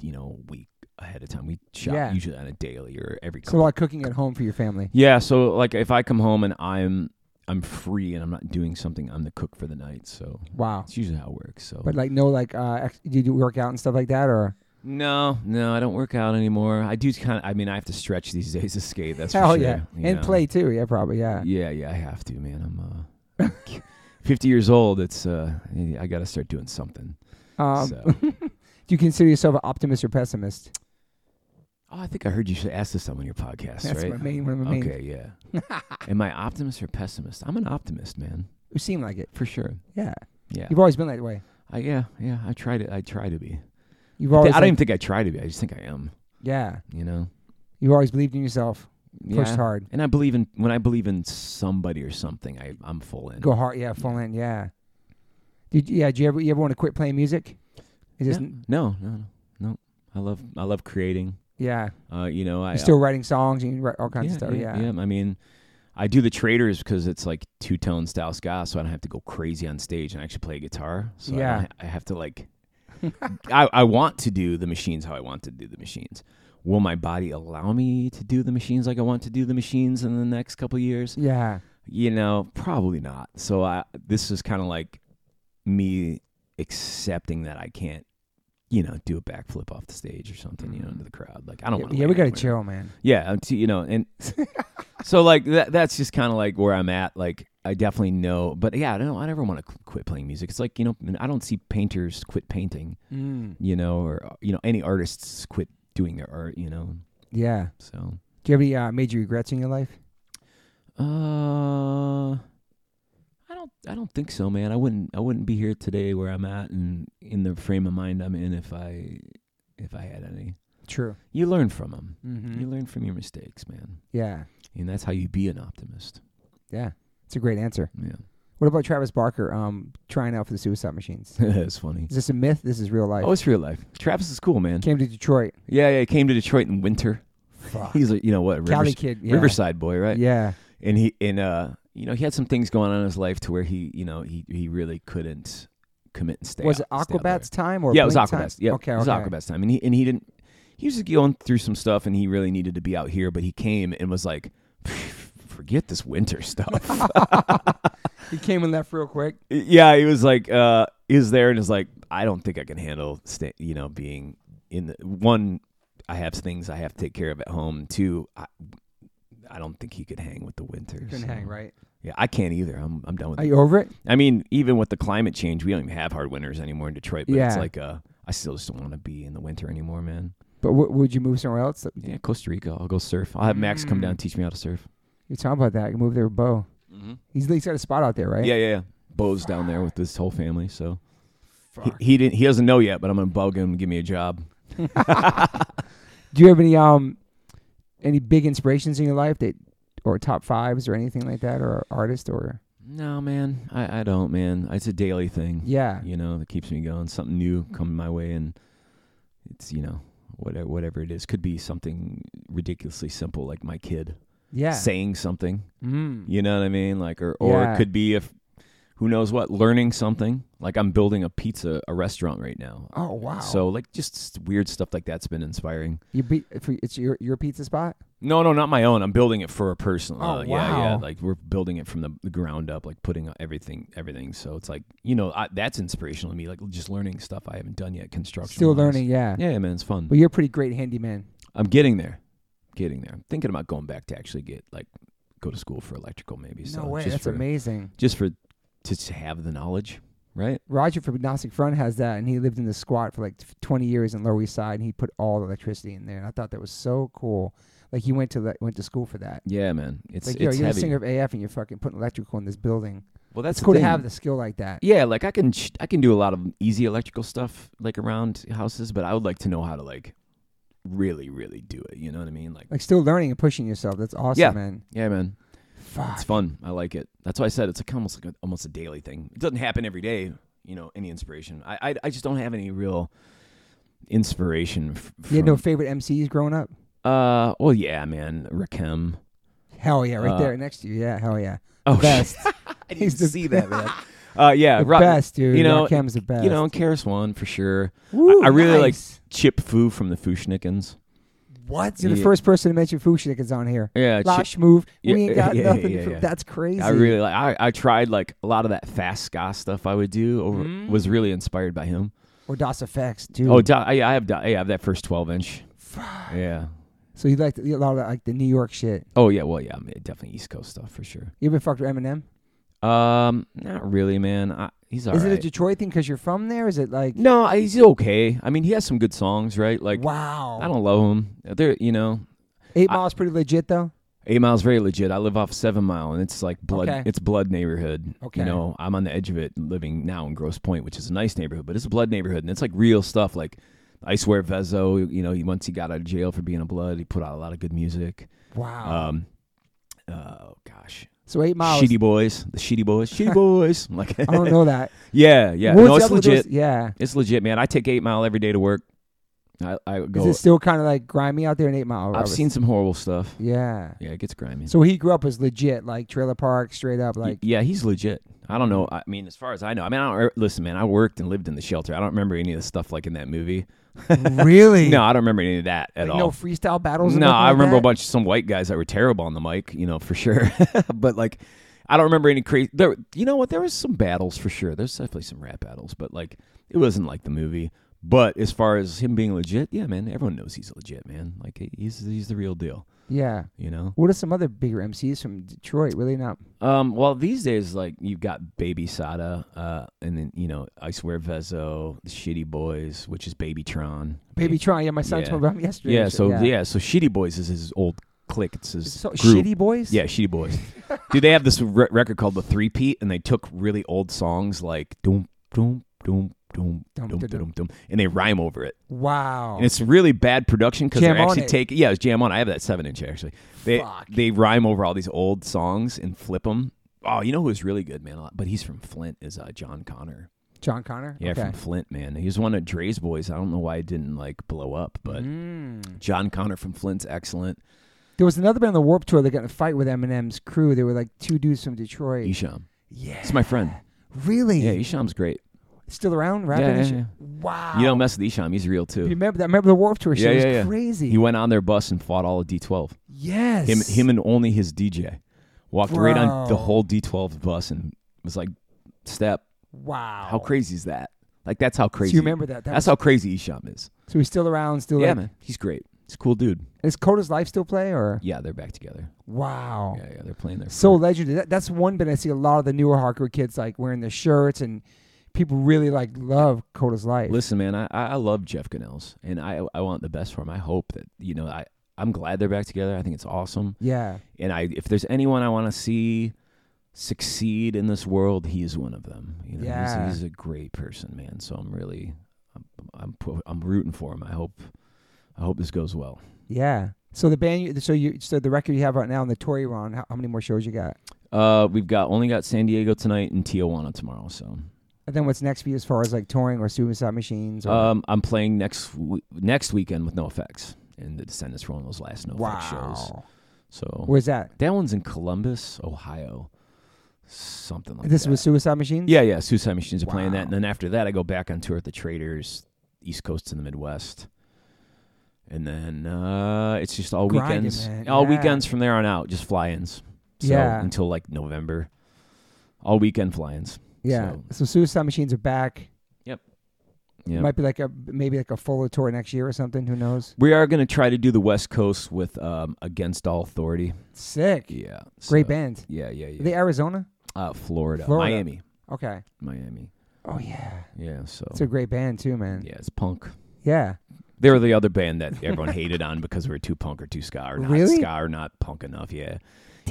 S2: you know a week ahead of time. We shop
S1: Yeah.
S2: usually on a daily or every
S1: So a lot of cooking at home for your family.
S2: Yeah, so like if I come home and I'm I'm free and I'm not doing something, I'm the cook for the night. So
S1: Wow.
S2: it's usually how it works. So
S1: But like no like uh ex- do you do work out and stuff like that or
S2: no, no, I don't work out anymore. I do kind of. I mean, I have to stretch these days to skate. That's for
S1: hell
S2: sure,
S1: yeah
S2: you
S1: and
S2: know.
S1: play too yeah probably yeah
S2: Yeah, yeah, I have to, man. I'm uh, 50 years old. It's uh, I got to start doing something.
S1: um
S2: so.
S1: do you consider yourself an optimist or pessimist
S2: Oh, I think I heard you should ask this on your podcast,
S1: That's
S2: right?
S1: my main- one of my main-
S2: okay, yeah. Am I optimist or pessimist? I'm an optimist, man,
S1: you seem like it
S2: for sure.
S1: yeah
S2: Yeah,
S1: you've always been that way
S2: I, yeah, yeah. I try to, I try to be.
S1: you've always
S2: I don't even
S1: like-
S2: think I try to be. I just think I am.
S1: yeah
S2: You know,
S1: you've always believed in yourself pushed
S2: Yeah.
S1: hard
S2: And I believe in when I believe in somebody or something, I I'm full in.
S1: Go hard, yeah, full in, yeah. Did yeah? Do you ever you ever want to quit playing music? It
S2: Yeah.
S1: just
S2: No, no, no, no. I love I love creating.
S1: yeah.
S2: Uh, you know, I
S1: You're still writing songs and you write all kinds
S2: yeah,
S1: of stuff. Yeah,
S2: yeah, yeah. I mean, I do the traders because it's like two tone style ska, so I don't have to go crazy on stage and I actually play guitar. So I,
S1: Yeah.
S2: don't ha- I have to like. I, I want to do the machines how I want to do the machines. Will my body allow me to do the machines like I want to do the machines in the next couple of years?
S1: Yeah.
S2: you know probably not so i this is kind of like me accepting that i can't you know, do a backflip off the stage or something, you know, into the crowd. Like I don't
S1: Mm-hmm. Yeah,
S2: want.
S1: yeah, we gotta chill, man.
S2: Yeah, I'm t- you know, and so like that, that's just kind of like where I'm at. Like I definitely know, but yeah, I don't. I never want to quit playing music. It's like you know, I don't see painters quit painting.
S1: Mm.
S2: You know, or you know, any artists quit doing their art. You know,
S1: Yeah.
S2: so
S1: Do you have any uh, major regrets in your life?
S2: Uh, I don't. I don't think so, man. I wouldn't. I wouldn't be here today where I'm at and in the frame of mind I'm in if I if I had any.
S1: True.
S2: You learn from them.
S1: Mm-hmm.
S2: You learn from your mistakes, man,
S1: Yeah.
S2: and that's how you be an optimist.
S1: Yeah. It's a great answer.
S2: Yeah,
S1: What about Travis Barker um, trying out for the suicide machines?
S2: that's funny.
S1: Is this a myth? This is real life.
S2: Oh, it's real life. Travis is cool, man.
S1: Came to Detroit.
S2: Yeah, yeah. He came to Detroit in winter.
S1: Fuck.
S2: He's a you know what
S1: Cali
S2: Rivers,
S1: kid. Yeah.
S2: Riverside boy, right?
S1: Yeah.
S2: and he and uh you know he had some things going on in his life to where he you know he he really couldn't commit and stay
S1: Was
S2: out-
S1: it
S2: stay out there.
S1: Aquabats time or
S2: yeah it was
S1: Blink time?
S2: aquabats yeah
S1: Okay.
S2: it was
S1: okay.
S2: aquabats time and he and he didn't he was just going through some stuff and he really needed to be out here but he came and was like forget this winter stuff
S1: He came and left real quick.
S2: yeah he was like uh he was there and is like i don't think i can handle sta you know being in the one i have things i have to take care of at home two i I don't think he could hang with the winter.
S1: Couldn't
S2: so-
S1: hang right.
S2: Yeah, I can't either. I'm I'm done with
S1: Are
S2: it.
S1: you over it?
S2: I mean, even with the climate change, we don't even have hard winters anymore in Detroit. But it's
S1: Yeah.
S2: like, uh, I still just don't want to be in the winter anymore, man.
S1: But w- would you move somewhere else?
S2: Yeah, Costa Rica. I'll go surf. I'll have Max come down
S1: Mm.
S2: and teach me how to surf.
S1: You're talking about that. You move there with Bo.
S2: Mm-hmm.
S1: He's, he's got a spot out there, right?
S2: Yeah, yeah, yeah. Bo's down there with his whole family, so he,
S1: Fuck.
S2: he didn't. He doesn't know yet, but I'm gonna bug him. Give me a job.
S1: Do you have any um any big inspirations in your life that or top fives or anything like that or artist or
S2: No, man. I, I don't, man. It's a daily thing.
S1: yeah.
S2: You know that keeps me going. Something new coming my way, and it's you know whatever whatever it is could be something ridiculously simple like my kid
S1: Yeah.
S2: saying something
S1: Mm.
S2: You know what I mean? Like, or or
S1: Yeah.
S2: it could be if who knows what learning something. Like I'm building a pizza a restaurant right now.
S1: Oh wow.
S2: So like just s- weird stuff like that's been inspiring.
S1: you be for, it's your your pizza spot?
S2: No, no, not my own. I'm building it for a person.
S1: Oh,
S2: uh, yeah, yeah.
S1: wow.
S2: Like we're building it from the the ground up, like putting uh, everything, everything. So it's like you know I, that's inspirational to me. Like just learning stuff I haven't done yet. Construction.
S1: Still
S2: wise.
S1: learning, yeah.
S2: Yeah, man, it's fun.
S1: But you're a pretty great handyman.
S2: I'm getting there, getting there. I'm thinking about going back to actually get like go to school for electrical maybe. so
S1: no way.
S2: just
S1: That's
S2: for,
S1: amazing.
S2: just for to s- have the knowledge, right?
S1: Roger from Agnostic Front has that, and he lived in the squat for like t- 20 years in Lower East Side, and he put all the electricity in there. And I thought that was so cool. Like he went to le- went to school for that.
S2: Yeah, man. It's
S1: Like, yo,
S2: it's
S1: you're a
S2: heavy.
S1: singer of AF, and you're fucking putting electrical in this building.
S2: Well, that's
S1: It's
S2: the
S1: cool to
S2: thing.
S1: have the skill like that.
S2: Yeah, like I can sh- I can do a lot of easy electrical stuff like around houses, but I would like to know how to like really really do it. You know what I mean? Like,
S1: Like still learning and pushing yourself. That's awesome,
S2: Yeah.
S1: man.
S2: yeah, man.
S1: Fuck.
S2: It's fun. I like it. That's why I said it's like almost like a, almost a daily thing. It doesn't happen every day. You know, any inspiration. I I, I just don't have any real inspiration. F-
S1: You had no
S2: from-
S1: favorite MCs growing up?
S2: uh. Well, yeah, man. Rakim.
S1: Hell yeah, right
S2: Uh,
S1: there next to you. Yeah, hell yeah.
S2: Oh,
S1: Best.
S2: I didn't
S1: He's the-
S2: see that, man. Uh, yeah,
S1: the
S2: Ra-
S1: best, dude.
S2: you know,
S1: Rakim's the best.
S2: You know, Karis one for sure.
S1: Woo,
S2: I really like-
S1: nice.
S2: Chip Foo from the Fushnikins.
S1: What? You're the
S2: Yeah.
S1: first person to mention Fushnikins on here.
S2: Yeah, Chip,
S1: Lash move.
S2: Yeah,
S1: we ain't got
S2: yeah,
S1: nothing.
S2: yeah,
S1: from,
S2: yeah.
S1: That's crazy.
S2: I really like. I, I tried like a lot of that fast ska stuff I would do. Over was really inspired by him.
S1: or DOS effects, Mm. dude.
S2: Oh, Di- yeah, I have Di- yeah, I have that first twelve inch.
S1: Fuck.
S2: Yeah.
S1: So you like the, a lot of like the New York shit.
S2: Oh yeah, well yeah, I mean, definitely East Coast stuff for sure.
S1: You ever fucked with Eminem?
S2: Um, not really, man. I, he's alright.
S1: is it a Detroit thing because you're from there? Is it like
S2: no, I- he's okay. I mean, he has some good songs, right? Like
S1: wow?
S2: I don't love him. They're you know.
S1: Eight
S2: I-
S1: Miles pretty legit though.
S2: Eight Mile's very legit. I live off Seven Mile, and it's like blood.
S1: Okay.
S2: It's blood neighborhood.
S1: Okay.
S2: You know, I'm on the edge of it, living now in Gross Point, which is a nice neighborhood, but it's a blood neighborhood, and it's like real stuff. Like I swear, Vezo. You know, he, once he got out of jail for being a blood, he put out a lot of good music.
S1: Wow.
S2: Um, oh gosh,
S1: so Eight Miles.
S2: Shitty Boys, the Shitty Boys, Shitty Boys. I'm like,
S1: I don't know that.
S2: yeah, yeah.
S1: What's
S2: no, it's
S1: up with
S2: legit.
S1: those- yeah.
S2: It's legit, man. I take Eight Mile every day to work. I, I
S1: Is
S2: go.
S1: it still kind of like grimy out there in Eight Mile?
S2: I've
S1: Robert?
S2: seen some horrible stuff.
S1: Yeah.
S2: Yeah, it gets grimy.
S1: So he grew up as legit, like trailer park, straight up,
S2: Y-
S1: like
S2: yeah, he's legit. I don't know. I mean, as far as I know, I mean, I don't re- listen, man. I worked and lived in the shelter. I don't remember any of the stuff like in that movie.
S1: really.
S2: No, I don't remember any of that at
S1: Like,
S2: all.
S1: No freestyle battles. or
S2: no,
S1: nothing
S2: I
S1: like
S2: remember
S1: that?
S2: a bunch of some white guys that were terrible on the mic, you know, for sure. but like, I don't remember any crazy. There, you know what? There was some battles for sure. There's definitely some rap battles, but like, it wasn't like the movie. But as far as him being legit, yeah, man, everyone knows he's legit, man. Like he- he's he's the real deal,
S1: Yeah.
S2: you know.
S1: What are some other bigger MCs from Detroit? Really not.
S2: Um, well, these days, like you've got Baby Sada, uh, and then you know I swear Vezo, the Shitty Boys, which is Baby Tron.
S1: Baby Tron. Yeah, my son
S2: Yeah.
S1: told me about him yesterday.
S2: yeah.
S1: He said,
S2: So yeah. so Shitty Boys is his old clique. It's his
S1: So,
S2: group.
S1: Shitty Boys?
S2: Yeah, Shitty Boys. Dude, they have this re- record called The Three Peat, and they took really old songs like doom doom doom doom
S1: Dum,
S2: doom doom
S1: da, dum.
S2: doom, and they rhyme over it.
S1: Wow.
S2: And it's really bad production because
S1: Jam
S2: they're
S1: on
S2: actually
S1: it.
S2: taking yeah, it's jam on. I have that seven inch actually. They
S1: Fuck.
S2: they rhyme over all these old songs and flip them. Oh, you know who's really good, man? But he's from Flint is uh, John Connor.
S1: John Connor?
S2: Yeah,
S1: Okay.
S2: from Flint, man. He was one of Dre's boys. I don't know why it didn't like blow up, but
S1: Mm.
S2: John Connor from Flint's excellent.
S1: There was another band on the Warp Tour that got in a fight with Eminem's crew. They were like two dudes from Detroit.
S2: Isham,
S1: yeah.
S2: it's my friend.
S1: Really?
S2: Yeah, Isham's great.
S1: Still around rapping
S2: Yeah,
S1: and
S2: yeah,
S1: shit?
S2: yeah.
S1: Wow.
S2: You don't mess with Isham. He's real
S1: You
S2: too.
S1: remember that? Remember the Warp Tour shit?
S2: Yeah,
S1: it was
S2: yeah, yeah.
S1: crazy.
S2: He went on their bus and fought all of D12.
S1: yes.
S2: Him, him, and only his DJ walked right on
S1: Bro.
S2: the whole D12 bus and was like, "Step,
S1: Wow.
S2: how crazy is that? Like that's how crazy.
S1: So you remember that? that
S2: that's
S1: was,
S2: how crazy Isham is.
S1: so he's still around, still.
S2: Yeah,
S1: like-
S2: man, he's great. He's a cool dude.
S1: Is Coda's Life still play or?
S2: Yeah, they're back together.
S1: Wow.
S2: Yeah, yeah, they're playing
S1: Oh.
S2: their.
S1: So legendary. That, that's one band I see a lot of the newer hardcore kids like wearing their shirts and people really like love Coda's Life.
S2: Listen, man, I I I love Jeff Gunnels and I I want the best for him. I hope that you know I I'm glad they're back together. I think it's awesome.
S1: Yeah.
S2: and I if there's anyone I want to see succeed in this world, he is one of them. You know,
S1: Yeah.
S2: he's, he's a great person, man. So I'm really, I'm, I'm, pu- I'm rooting for him. I hope, I hope this goes well.
S1: Yeah. So the band, you, so you, so the record you have right now on the tour you're on, how, how many more shows you got?
S2: Uh, we've got only got San Diego tonight and Tijuana tomorrow. So,
S1: And then what's next for you as far as like touring or Suicide Machines? Or,
S2: um, I'm playing next w- next weekend with No Effects and the Descendants for one of those last No
S1: wow.
S2: Effects shows. So
S1: Where's that?
S2: that one's in Columbus, Ohio, something like
S1: This
S2: that.
S1: was Suicide Machines.
S2: Yeah, yeah. Suicide Machines are playing that,
S1: Wow.
S2: and then after that, I go back on tour at the Traders, East Coast and the Midwest, and then uh, it's just all
S1: Grinding,
S2: weekends,
S1: man.
S2: all
S1: Yeah.
S2: weekends from there on out, just fly-ins. So,
S1: Yeah.
S2: until like November, all weekend fly-ins.
S1: Yeah. So,
S2: So-
S1: Suicide Machines are back.
S2: Yeah,
S1: Might be like a maybe like a fuller tour next year or something. Who knows?
S2: we are going to try to do the West Coast with um, Against All Authority.
S1: Sick.
S2: Yeah,
S1: Great
S2: so-
S1: band.
S2: Yeah, yeah, yeah.
S1: Are they Arizona?
S2: uh, Florida,
S1: Florida.
S2: Miami,
S1: Okay.
S2: Miami.
S1: Oh yeah.
S2: Yeah, so
S1: It's a great band too, man.
S2: yeah, it's punk.
S1: Yeah.
S2: They were the other band that everyone hated on because we were too punk or too ska or not
S1: Really?
S2: ska or not punk enough. Yeah,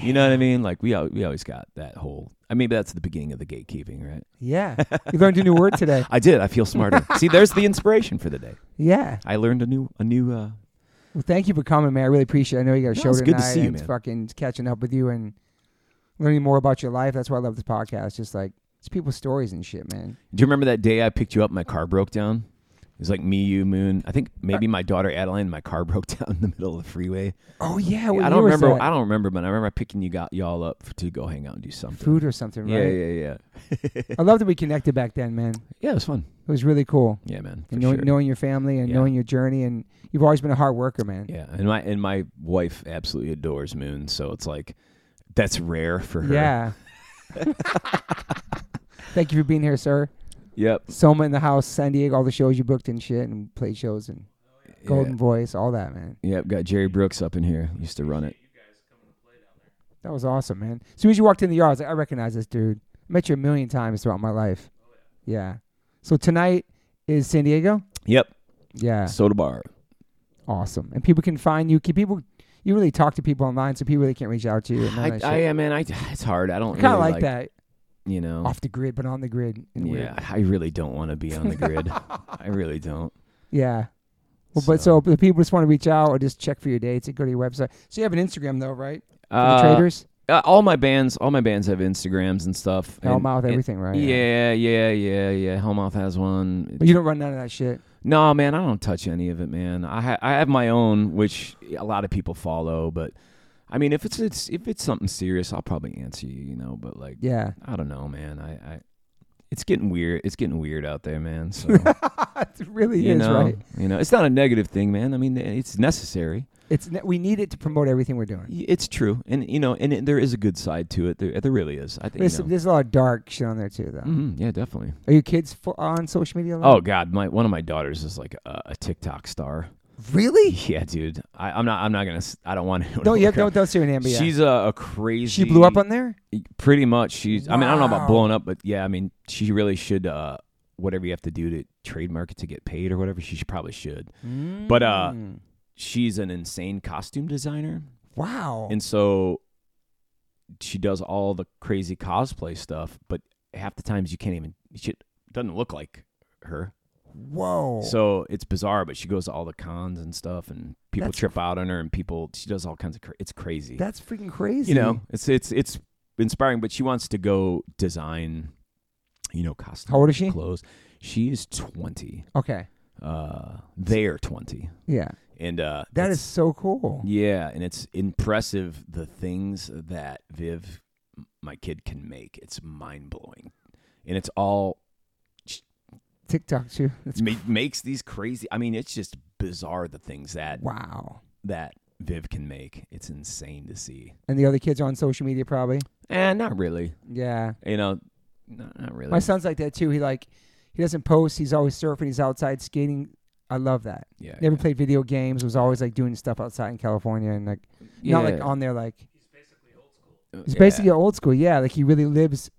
S2: you know what I mean. Like we al- we always got that whole. I mean, that's the beginning of the gatekeeping, right?
S1: Yeah. you learned a new word today.
S2: I did. I feel smarter. See, there's the inspiration for the day.
S1: Yeah.
S2: I learned a new a new. Uh,
S1: Well, thank you for coming, man. I really appreciate it. I know you got a
S2: No,
S1: show
S2: it's
S1: tonight.
S2: good to see you,
S1: and it's
S2: man.
S1: fucking catching up with you and learning more about your life. That's why I love this podcast. Just like it's people's stories and shit, man.
S2: do you remember that day I picked you up? My car broke down. It was like me, you, Moon. I think maybe
S1: Uh,
S2: my daughter Adeline. My car broke down in the middle of the freeway.
S1: Oh yeah.
S2: I don't remember. I don't remember, but I remember picking you got y'all up f- to go hang out and do something.
S1: food or something,
S2: Yeah,
S1: right?
S2: yeah, yeah.
S1: I love that we connected back then, man.
S2: Yeah, it was fun.
S1: It was really cool.
S2: Yeah, man. For
S1: And knowing,
S2: sure.
S1: knowing your family and
S2: Yeah.
S1: knowing your journey, and you've always been a hard worker, man.
S2: Yeah, and my and my wife absolutely adores Moon, so it's like that's rare for her.
S1: Yeah. Thank you for being here, sir.
S2: Yep.
S1: Soma in the house, San Diego, all the shows you booked and shit, and played shows and
S2: Oh,
S1: Golden Voice, all that, man.
S2: Yeah. Yep. Got Jerry Brooks up in here. Used to run it.
S1: That was awesome, man. As soon as you walked in the yard, I was like, I recognize this dude. Met you a million times throughout my life.
S2: Oh,
S1: yeah. So tonight is San Diego.
S2: Yep.
S1: Yeah.
S2: Soda bar.
S1: Awesome. And people can find you. Can people? You really talk to people online, so people really can't reach out to you. and all
S2: I,
S1: that
S2: I
S1: shit.
S2: yeah, man. I it's hard. I don't
S1: kind of
S2: really
S1: like, that,
S2: You know.
S1: off the grid, but on the grid. And
S2: yeah.
S1: weird.
S2: I really don't want to be on the grid. I really don't.
S1: Yeah. Well, but so
S2: So-
S1: if people just want to reach out or just check for your dates and go to your website. So you have an Instagram though, right? For
S2: Uh,
S1: the traders,
S2: uh, all my bands, all my bands have Instagrams and stuff. and-
S1: Hellmouth,
S2: and-
S1: everything, right?
S2: Yeah, yeah, yeah, yeah. Hellmouth has one.
S1: But you don't run none of that shit.
S2: No, man, I don't touch any of it, man. I ha- I have my own, which a lot of people follow, but I mean, if it's it's if it's something serious, I'll probably answer you, you know. But like,
S1: Yeah.
S2: I don't know, man. I, I it's getting weird. It's getting weird out there, man. So
S1: it really
S2: you
S1: is,
S2: know,
S1: right?
S2: you know, it's not a negative thing, man. I mean, it's necessary.
S1: It's ne- we need it to promote everything we're doing.
S2: Y- It's true, and you know, and it, there is a good side to it. There, there really is. I
S1: But
S2: think.
S1: it's, there's a lot of dark shit on there too, though.
S2: mm yeah, definitely.
S1: Are your kids fo- on social media? a lot?
S2: Oh God, my one of my daughters is like a, a TikTok star.
S1: really?
S2: Yeah, dude. I, I'm not. I'm not gonna. s- I don't want to.
S1: No, you have, don't don't say her name. But yeah.
S2: She's a, a crazy.
S1: she blew up on there.
S2: Pretty much. She's. I mean, I don't know
S1: Wow.
S2: about blowing up, but yeah, I mean, she really should. uh Whatever you have to do to trademark it to get paid or whatever, she should, probably should. But, uh,
S1: Mm.
S2: She's an insane costume designer.
S1: wow.
S2: And so she does all the crazy cosplay stuff, but half the times you can't even she doesn't look like her.
S1: Whoa.
S2: So it's bizarre, but she goes to all the cons and stuff and people
S1: That's
S2: trip out on her and people she does all kinds of cra- it's crazy.
S1: that's freaking crazy.
S2: you know, it's it's it's inspiring, but she wants to go design you know costumes,
S1: How old is she?
S2: clothes. She is 20.
S1: Okay.
S2: Uh they're 20.
S1: Yeah.
S2: And uh
S1: That
S2: it's-
S1: is so cool.
S2: yeah, and it's impressive the things that Viv, my kid, can make. It's mind blowing, and it's all
S1: TikTok too. That's
S2: ma- makes these crazy. I mean, it's just bizarre the things that
S1: wow.
S2: that Viv can make. It's insane to see.
S1: And the other kids are on social media probably.
S2: And not really,
S1: Yeah.
S2: you know, not, not really.
S1: My son's like that too. He like he doesn't post. He's always surfing. He's outside skating. I love that.
S2: yeah,
S1: Never played video games. Was always like doing stuff outside in California and like
S2: yeah.
S1: not like on there like
S2: Yeah.
S1: he's basically old school. Yeah, like he really lives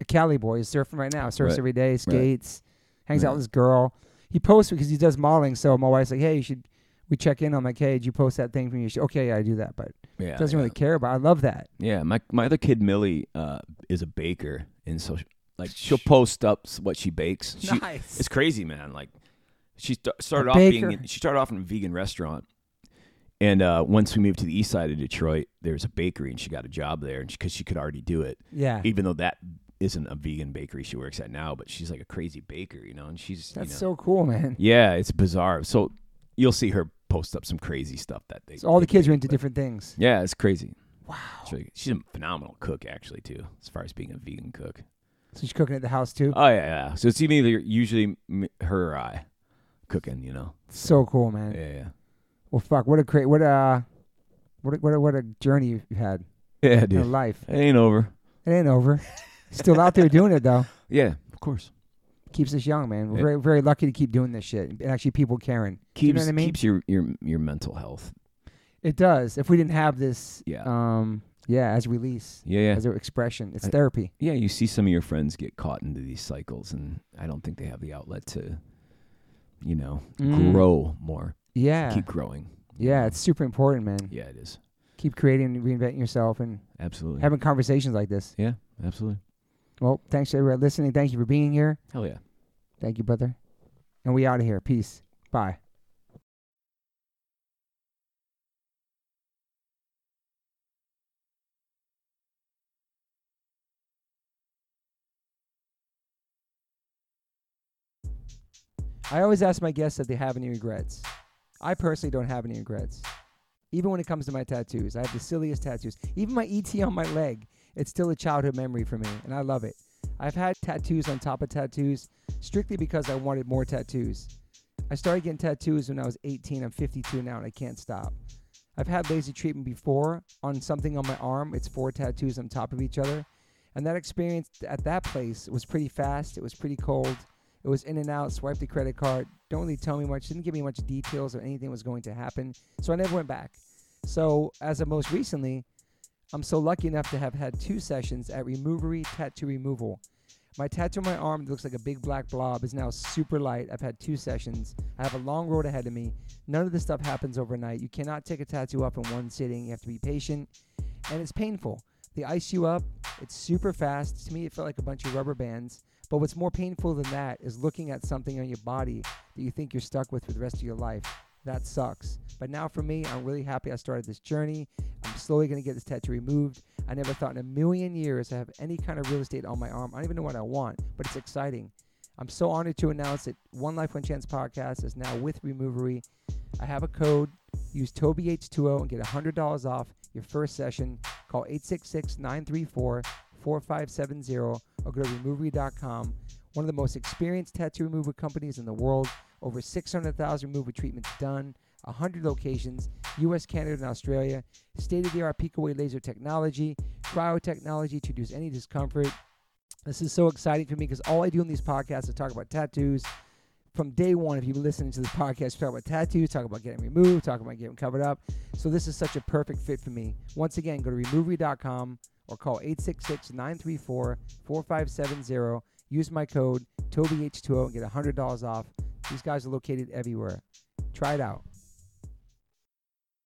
S1: a Cali boy. He's surfing right now. Surfs
S2: Right.
S1: every day. Skates. Hangs out
S2: Right.
S1: with his girl. He posts because he does modeling. So my wife's like, hey, you should. We check in. I'm like, hey, did you post that thing from your? Sh-? Okay, yeah, I do that, but
S2: yeah,
S1: doesn't
S2: yeah.
S1: really care about. I love that.
S2: Yeah, my my other kid Millie uh, is a baker, and so she- like she'll post up s- what she bakes. She,
S1: nice.
S2: It's crazy, man. Like she st- started
S1: A
S2: off being
S1: baker.
S2: she started off in a vegan restaurant, and uh, once we moved to the east side of Detroit, there was a bakery, and she got a job there, and because she, could already do it,
S1: yeah,
S2: even though that isn't a vegan bakery she works at now, but she's like a crazy baker, you know, and she's you
S1: that's
S2: know-
S1: so cool, man.
S2: yeah, it's bizarre. So you'll see her post up some crazy stuff that they
S1: So all the
S2: they
S1: kids are
S2: make,
S1: into
S2: but-
S1: different things.
S2: Yeah, it's crazy.
S1: Wow.
S2: It's really- she's a phenomenal cook, actually, too, as far as being a vegan cook.
S1: So she's cooking at the house too.
S2: Oh yeah, yeah. So it's either usually m- her or I cooking, you know.
S1: so cool, man.
S2: Yeah, yeah.
S1: Well, fuck. What a great. What a. What a, what a, what a journey you've had
S2: Yeah,
S1: in
S2: dude.
S1: your life.
S2: It ain't over.
S1: It ain't over. Still out there doing it though.
S2: Yeah, of course.
S1: Keeps us young, man. We're
S2: Yeah.
S1: very very lucky to keep doing this shit. And actually, people caring.
S2: Keeps
S1: you know what I mean?
S2: keeps your your your mental health.
S1: It does. If we didn't have this,
S2: Yeah.
S1: um, yeah, as release,
S2: Yeah, yeah.
S1: as an expression, it's
S2: I-
S1: therapy.
S2: Yeah, you see some of your friends get caught into these cycles and I don't think they have the outlet to you know,
S1: Mm.
S2: grow more.
S1: Yeah,
S2: Keep growing.
S1: yeah, it's super important, man.
S2: Yeah, it is.
S1: Keep creating, and reinventing yourself, and
S2: Absolutely.
S1: having conversations like this.
S2: yeah, absolutely.
S1: Well, thanks to everyone listening. Thank you for being here.
S2: Hell yeah.
S1: Thank you, brother. And we out of here. Peace. Bye. I always ask my guests if they have any regrets. I personally don't have any regrets. Even when it comes to my tattoos, I have the silliest tattoos. Even my ET on my leg, it's still a childhood memory for me, and I love it. I've had tattoos on top of tattoos strictly because I wanted more tattoos. I started getting tattoos when I was 18. I'm 52 now and I can't stop. I've had laser treatment before on something on my arm. It's four tattoos on top of each other. And that experience at that place was pretty fast. It was pretty cold. It was in and out, swiped the credit card. Don't really tell me much. Didn't give me much details of anything was going to happen. So I never went back. So, as of most recently, I'm so lucky enough to have had two sessions at Removery Tattoo Removal. My tattoo on my arm that looks like a big black blob is now super light. I've had two sessions. I have a long road ahead of me. None of this stuff happens overnight. You cannot take a tattoo up in one sitting. You have to be patient, and it's painful. They ice you up. It's super fast. To me, it felt like a bunch of rubber bands. But what's more painful than that is looking at something on your body that you think you're stuck with for the rest of your life. That sucks. But now for me, I'm really happy I started this journey. I'm slowly going to get this tattoo removed. I never thought in a million years I have any kind of real estate on my arm. I don't even know what I want, but it's exciting. I'm so honored to announce that One Life One Chance podcast is now with Removery. I have a code. Use TobyH20 and get $100 off your first session. Call 866 934 4570 or go to removery.com. One of the most experienced tattoo removal companies in the world. Over 600,000 removal treatments done. 100 locations, US, Canada, and Australia. State of the art peak away laser technology, cryo technology to reduce any discomfort. This is so exciting for me because all I do in these podcasts is talk about tattoos. From day one, if you've been listening to this podcast, we talk about tattoos, talk about getting removed, talk about getting covered up. So this is such a perfect fit for me. Once again, go to removery.com or call 866-934-4570. Use my code TOBYH20 and get $100 off. These guys are located everywhere. Try it out.